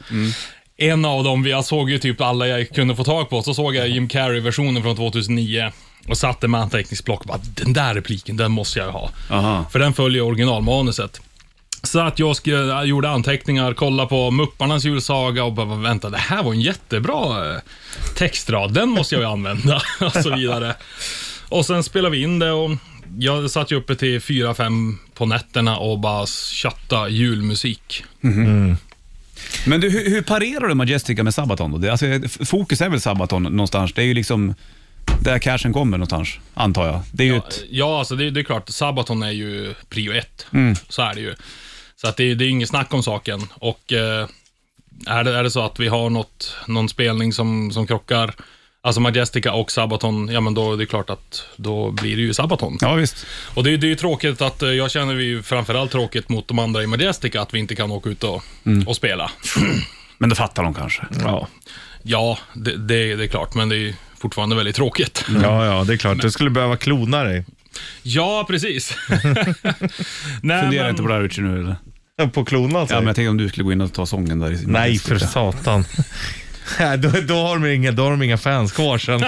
Speaker 9: En av dem, jag såg ju typ alla jag kunde få tag på, så såg jag Jim Carrey-versionen från 2009 och satte med anteckningsblock och bara, den där repliken, den måste jag ha.
Speaker 2: Aha.
Speaker 9: För den följer originalmanuset. Så att jag skrev, gjorde anteckningar, kollade på Mupparnas julsaga och bara, vänta, det här var en jättebra eh, textrad, den måste jag ju använda och så vidare. Och sen spelade vi in det och jag satt ju uppe till fyra fem på nätterna och bara chatta julmusik.
Speaker 2: Men du, hur, hur parerar du Majestica med Sabaton då? Det, alltså, f- fokus är väl Sabaton någonstans? Det är ju liksom... där cashen kommer någonstans, antar jag. Det är ju ett...
Speaker 9: Ja, alltså det, det är klart. Sabaton är ju prio ett.
Speaker 2: Mm.
Speaker 9: Så är det ju. Så att det, det är inget snack om saken. Och eh, är, det, är det så att vi har något, någon spelning som, som krockar, alltså Majestica och Sabaton, ja men då är det klart att då blir det ju Sabaton.
Speaker 2: Ja, visst.
Speaker 9: Och det, är- det är ju tråkigt att, eh, jag känner ju framförallt tråkigt mot de andra i Majestica att vi inte kan åka ut och,
Speaker 2: Mm.
Speaker 9: och spela.
Speaker 2: Men det fattar de kanske.
Speaker 9: Ja, ja det, det, det är klart, men det är ju fortfarande väldigt tråkigt.
Speaker 2: Mm.
Speaker 3: Ja, ja, det är klart. Du skulle behöva klona dig
Speaker 9: Ja, precis. Nej,
Speaker 2: Funderar
Speaker 9: men-
Speaker 2: inte på det här Richie nu eller?
Speaker 3: på klona sig.
Speaker 2: Ja, men jag tänkte om du skulle gå in och ta sången där. i-
Speaker 3: Nej, för satan. Nej, då, då, har de inga, då har de inga fans kvar sen.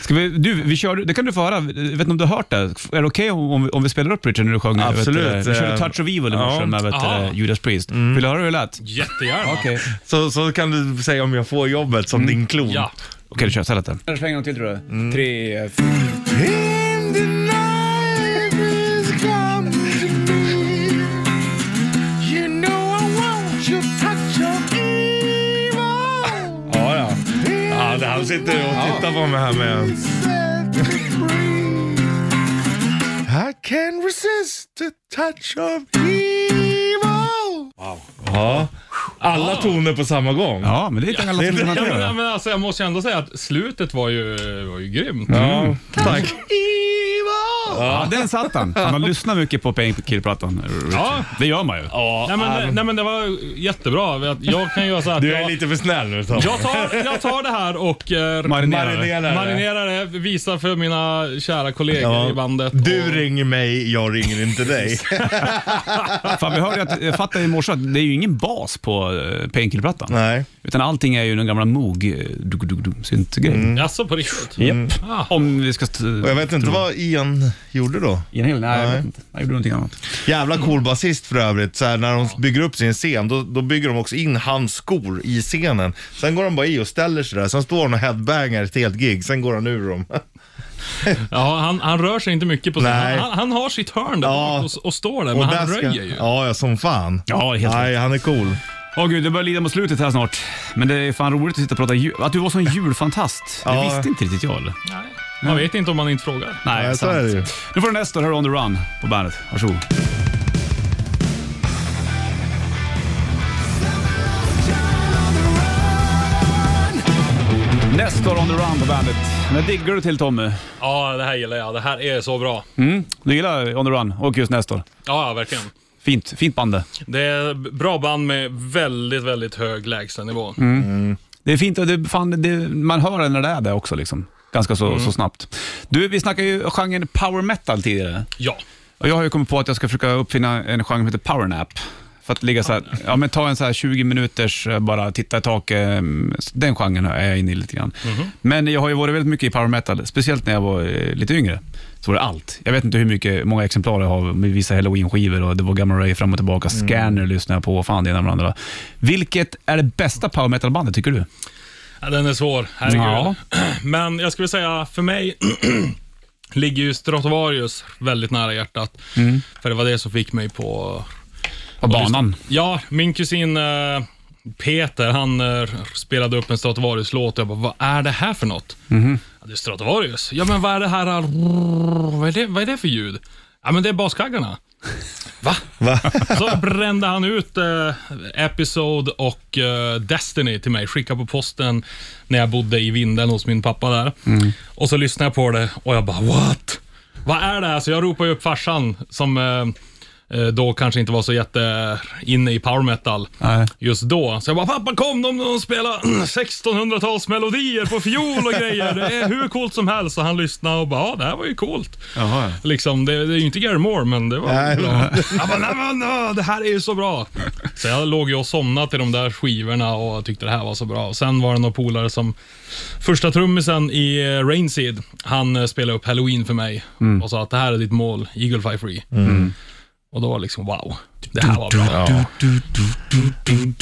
Speaker 2: Ska vi, du, vi kör, det kan du få höra. Jag vet inte om du har hört det. Är det okej om, om vi- om vi spelar upp Richard när du sjöng?
Speaker 3: Absolut.
Speaker 2: Vet, du, vi körde Touch of Evil i morse
Speaker 3: Ja.
Speaker 2: med vet,
Speaker 9: Aha.
Speaker 2: du, Judas Priest. Vill du höra hur det lät?
Speaker 9: Jättegärna.
Speaker 2: Okej.
Speaker 3: Så, så kan du säga om jag får jobbet som din klon.
Speaker 9: Ja.
Speaker 2: Okej, du kör. Så här lät det. Jag svänger en till tror jag. Tre, eh, fyra.
Speaker 3: Ja, ja. ja det han sitter och tittar på mig här med... I can resist the touch of evil. Ja, alla toner på samma gång.
Speaker 2: Ja, men det är inte alla som kan
Speaker 9: Ja, men,
Speaker 2: hantera
Speaker 9: ja,
Speaker 2: det.
Speaker 9: men alltså, jag måste ju ändå säga att slutet var ju, var ju grymt.
Speaker 3: Ja, tack.
Speaker 2: Ja, den satt han. Han har lyssnat mycket på Painkiller-plattan. Ja.
Speaker 9: Ja.
Speaker 2: Det gör man ju.
Speaker 9: Nej, men, nej men det var jättebra. Jag- Jag kan göra så att
Speaker 3: Du är
Speaker 9: jag,
Speaker 3: lite för snäll nu Tom.
Speaker 9: jag, tar, jag tar det här och eh,
Speaker 2: Marinerare.
Speaker 3: Marinerare.
Speaker 9: marinerar det, visar för mina kära kollegor
Speaker 3: Ja.
Speaker 9: i bandet.
Speaker 3: Du
Speaker 9: och,
Speaker 3: ringer mig, jag ringer inte dig.
Speaker 2: Fan, vi hörde ju att, jag fattade i morse att det är ju ingen bas på eh, Painkiller-plattan.
Speaker 3: Nej.
Speaker 2: Utan allting är ju den gamla eh, Moog-syntgrejen.
Speaker 9: Jaså, på riktigt?
Speaker 2: Japp. Ah. Om vi ska... T-
Speaker 3: Mm. Och jag vet inte vad Ian gjorde då.
Speaker 2: Enhel? Nej, jag
Speaker 3: Nej.
Speaker 2: vet inte. Jag gjorde någonting annat.
Speaker 3: Jävla cool basist för övrigt. Så här, när de bygger upp sin scen, då, då bygger de också in hans skor i scenen. Sen går han bara i och ställer sig där. Sen står han och headbangar ett helt gig. Sen går han ur dem.
Speaker 9: Ja, han, han rör sig inte mycket på sig.
Speaker 3: Nej.
Speaker 9: Han, han, han har sitt hörn där
Speaker 3: Ja.
Speaker 9: bak och, och står där, men
Speaker 3: Och
Speaker 9: han
Speaker 3: där ska-
Speaker 9: röjer ju.
Speaker 3: Ja, ja, som fan.
Speaker 2: Ja, helt rätt.
Speaker 3: Nej, han är cool.
Speaker 2: Åh gud, det börjar lida mot slutet här snart. Men det är fan roligt att sitta och prata jul. Att du var sån julfantast, det
Speaker 3: Ja.
Speaker 2: visste inte riktigt jag eller?
Speaker 9: Nej. Man vet inte om man inte frågar.
Speaker 2: Nej,
Speaker 3: Ja, så
Speaker 2: sant.
Speaker 3: är det ju.
Speaker 2: Nu får du Nestor här On The Run på bandet. Varsågod. Nestor On The Run på bandet. Den diggar du till Tommy.
Speaker 9: Ja, det här gillar jag. Det här är så bra.
Speaker 2: Mm. Du gillar On The Run och just Nestor.
Speaker 9: Ja, ja, verkligen.
Speaker 2: Fint, fint band det.
Speaker 9: Det är bra band med väldigt, väldigt hög lägstanivå.
Speaker 3: Mm.
Speaker 2: Det är fint och det, fan, det, man hör det när det är det också. Liksom. Ganska så, så snabbt. Du, vi snackade ju genren power metal tidigare.
Speaker 9: Ja.
Speaker 2: Och jag har ju kommit på att jag ska försöka uppfinna en genre som heter powernap. För att ligga så här, ja, men ta en så här 20 minuters, eh, bara titta i taket. mm, så Den genren är jag inne i lite grann.
Speaker 9: Mhm.
Speaker 2: Men jag har ju varit väldigt mycket i power metal, speciellt när jag var eh, lite yngre. Så var det allt. Jag vet inte hur mycket, många exemplar jag har med vissa halloween-skivor och det var Gamma Ray fram och tillbaka.
Speaker 9: Mm.
Speaker 2: Scanner lyssnade jag på och fan det ena med det andra. Vilket är det bästa power metal-bandet tycker du?
Speaker 9: ja, den är svår. Herregud.
Speaker 2: Ja.
Speaker 9: Men jag skulle säga, för mig ligger ju Stratovarius väldigt nära hjärtat. För det var det som fick mig på...
Speaker 2: Mm. På banan?
Speaker 9: Ja, min kusin eh, Peter, han eh, spelade upp en Stratovarius-låt och jag bara, vad är det här för något?
Speaker 2: Mhm.
Speaker 9: Ja, det är Stratovarius. Ja, men vad är det här? Vad är det, vad är det för ljud? Ja, men det är baskaggarna. Va?
Speaker 3: Va?
Speaker 9: Så brände han ut eh, Episode och eh, Destiny till mig. Skickade på posten när jag bodde i Vindeln hos min pappa där. Och så lyssnade jag på det och jag bara what? Vad är det här? Så jag ropade ju upp farsan som eh, eh, då kanske inte var så jätte eh, inne i power metal
Speaker 2: Nej.
Speaker 9: just då. Så jag bara, pappa kom de, de spelar 1600-talsmelodier på fiol och grejer. Det är hur coolt som helst. Så han lyssnade och bara, ja det här var ju coolt.
Speaker 2: Jaha,
Speaker 9: Liksom, det, det är ju inte Gary Moore, men det var
Speaker 3: Nej,
Speaker 9: bra. Jag bara, nej, men, nej, det här är ju så bra. Så jag låg ju och somnade till de där skivorna och tyckte det här var så bra. Och sen var det några polare som, första trummisen i eh, Rainseed, han eh, spelade upp Halloween för mig och sa att det här är ditt mål, Eagle Fly Free. Och då var det liksom, wow. Det här var bra. Ding,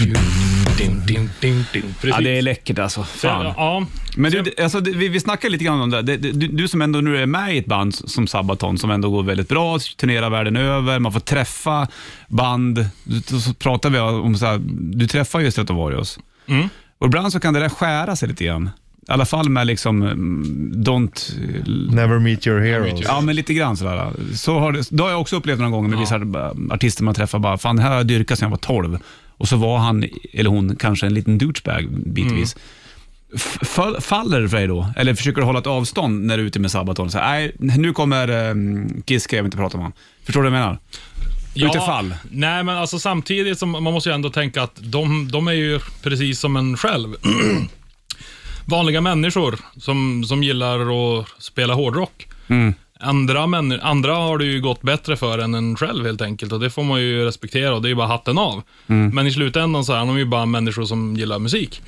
Speaker 9: ding, ding, ding. Precis.
Speaker 2: Ja, det är läckert alltså. Fan.
Speaker 9: Ja,
Speaker 2: Men du, det- alltså, det- vi, vi snackar lite grann om det. Det- det- Du, du som ändå nu är med i ett band s- som Sabaton, som ändå går väldigt bra, turnerar världen över, man får träffa band. Du- Så så pratar vi om så här, du träffar ju Stratovarius. Och ibland så kan det där skära sig lite grann. I alla fall med liksom mm, Don't...
Speaker 3: Never meet your heroes.
Speaker 2: Ja, men lite grann sådär. Så har det, det har jag också upplevt några gånger med vissa eh, artister man träffar. Bara, Fan, det här har jag dyrkat sedan jag var 12. Och så var han, eller hon, kanske en liten douchebag bitvis.
Speaker 9: Mm.
Speaker 2: F- fall- faller för dig då? Eller försöker du hålla ett avstånd när du är ute med Sabaton? Så, här, nej, nu kommer um, Kiss, ska jag inte prata om honom. Förstår du vad jag menar? Utefall.
Speaker 9: Nej, men alltså samtidigt som man måste ju ändå tänka att de, de är ju precis som en själv. Vanliga människor som, som gillar att spela hårdrock. Andra, män, andra har det ju gått bättre för än en själv helt enkelt och det får man ju respektera och det är ju bara hatten av. Men i slutändan så är de ju bara människor som gillar musik.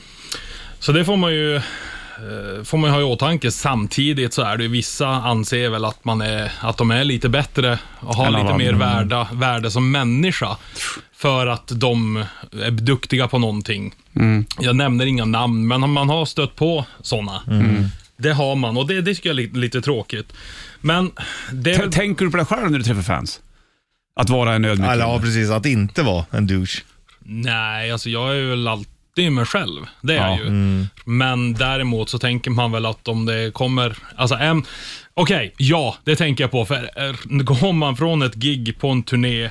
Speaker 9: Så det får man ju eh, får man ju ha i åtanke. Samtidigt så är det ju vissa anser väl att, man är, att de är lite bättre och har
Speaker 2: Än
Speaker 9: lite
Speaker 2: alla
Speaker 9: mer
Speaker 2: andra.
Speaker 9: värda, värde som människa. För att de är duktiga på någonting. Jag nämner inga namn, men man har stött på sådana. Det har man och det, det tycker jag är lite, lite tråkigt. Men det är
Speaker 2: T-
Speaker 9: väl-
Speaker 2: Tänker du på det själv när du träffar fans? Att vara en ödmjuk
Speaker 3: Eller ja,
Speaker 2: kille?
Speaker 3: precis. Att inte vara en douche.
Speaker 9: Nej, alltså jag är väl alltid mig själv. Det
Speaker 2: Ja.
Speaker 9: är jag ju. Men däremot så tänker man väl att om det kommer... Alltså en... Okej, ja, det tänker jag på. För är- går man från ett gig på en turné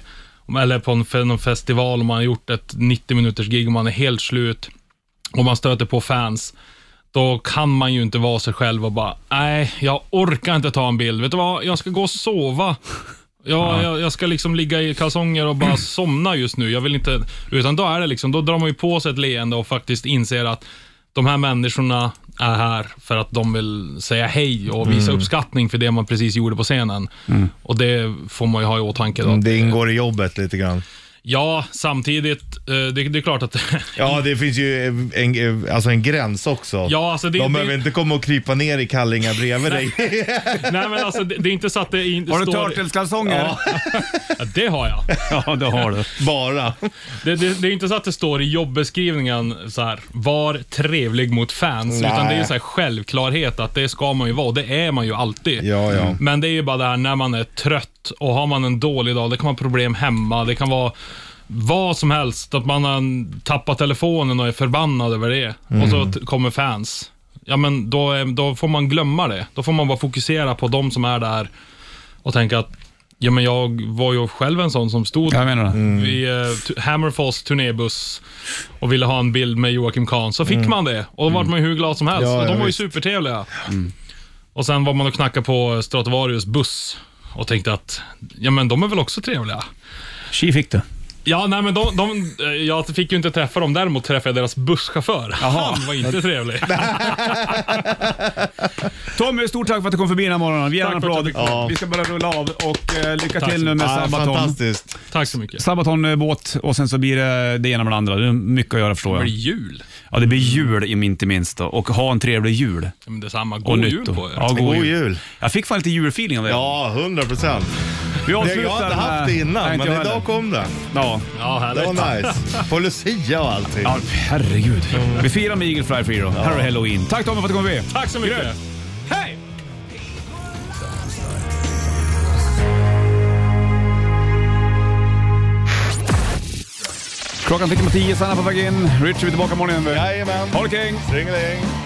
Speaker 9: eller på en, fe- någon festival och man har gjort ett 90 minuters gig och man är helt slut och man stöter på fans, då kan man ju inte vara sig själv och bara, nej, jag orkar inte ta en bild. Vet du vad, jag ska gå och sova. Ja, jag, jag ska liksom ligga i kalsonger och bara somna just nu. Jag vill inte... Utan då är det liksom, då drar man ju på sig ett leende och faktiskt inser att de här människorna är här för att de vill säga hej och visa uppskattning för det man precis gjorde på scenen. Och det får man ju ha i åtanke då.
Speaker 3: Mm, Det ingår i jobbet lite grann.
Speaker 9: Ja, samtidigt, eh, det, det är klart att...
Speaker 3: Ja, det finns ju en, alltså en gräns också.
Speaker 9: Ja, alltså det-
Speaker 3: De
Speaker 9: det-
Speaker 3: behöver inte komma och krypa ner i kallingar bredvid dig.
Speaker 9: nej men alltså, det, det är inte så att det inte
Speaker 2: Har du
Speaker 9: står...
Speaker 2: turtleskalsonger?
Speaker 9: Ja, Mm. det har jag.
Speaker 2: Ja. ja, det har du.
Speaker 3: Bara.
Speaker 9: Det, det, det är inte så att det står i jobbeskrivningen så här, var trevlig mot fans,
Speaker 3: Nej.
Speaker 9: utan det är ju så här självklarhet att det ska man ju vara och det är man ju alltid.
Speaker 3: Ja, ja.
Speaker 9: Men det är ju bara det här när man är trött och har man en dålig dag, det kan vara problem hemma, det kan vara vad som helst, att man har tappat telefonen och är förbannad över det och så
Speaker 3: Mm.
Speaker 9: t- kommer fans. Ja, men då, är, då får man glömma det. Då får man bara fokusera på de som är där och tänka att ja, men jag var ju själv en sån som stod
Speaker 2: Jag menar det.
Speaker 9: vid eh, t- Hammerfalls turnébuss och ville ha en bild med Joakim Kahn. Så fick man det och då vart man ju hur glad som helst.
Speaker 3: Ja,
Speaker 9: och de
Speaker 3: ja,
Speaker 9: var ju
Speaker 3: visst.
Speaker 9: supertrevliga. Och sen var man och knackade på Stratovarius buss och tänkte att ja, men de är väl också trevliga.
Speaker 2: Tji fick du.
Speaker 9: Ja, nej men de, de, eh, jag fick ju inte träffa dem, däremot träffade jag deras busschaufför. Han var inte trevlig.
Speaker 2: Tommy, stort tack för att du kom förbi den här morgonen. Vi ger en
Speaker 9: Tack för att
Speaker 2: applåd.
Speaker 9: jag fick
Speaker 2: Vi ska börja rulla av och eh, lycka
Speaker 9: Tack
Speaker 2: till
Speaker 9: så
Speaker 2: nu med
Speaker 3: Ja,
Speaker 2: Sabaton.
Speaker 3: fantastiskt.
Speaker 9: Tack så mycket.
Speaker 2: Sabaton eh, båt och sen så blir det det ena med det andra. Det är mycket att göra förstår
Speaker 9: Det blir
Speaker 2: jag.
Speaker 9: jul.
Speaker 2: Ja, det blir jul om inte minst då. Och ha en trevlig jul.
Speaker 9: Ja, Men detsamma.
Speaker 2: Och
Speaker 9: God
Speaker 2: nytt
Speaker 9: jul
Speaker 2: då.
Speaker 9: på er.
Speaker 2: Ja, god,
Speaker 3: God
Speaker 2: jul.
Speaker 3: jul.
Speaker 2: Jag fick fan lite julfeeling av det.
Speaker 3: Ja, 100 procent.
Speaker 2: Vi
Speaker 3: Jag har inte
Speaker 2: med-
Speaker 3: haft det
Speaker 2: eh, Nej,
Speaker 3: innan,
Speaker 2: inte
Speaker 3: men
Speaker 2: jag
Speaker 3: idag
Speaker 2: heller.
Speaker 3: kom det.
Speaker 2: Ja.
Speaker 9: Ja, härligt.
Speaker 3: Det var nice. På Lucia och allting.
Speaker 2: Ja, herregud.
Speaker 3: Mm.
Speaker 2: Vi firar med Eagle Fly Free då. Här är Halloween. Tack Tommy för att du kom förbi.
Speaker 9: Tack så mycket.
Speaker 2: Hej! Klockan tickar på tio, Sanna på väg in. Richard är tillbaka imorgon igen.
Speaker 3: Jajamän.
Speaker 2: Ha det king!
Speaker 3: Ringeling.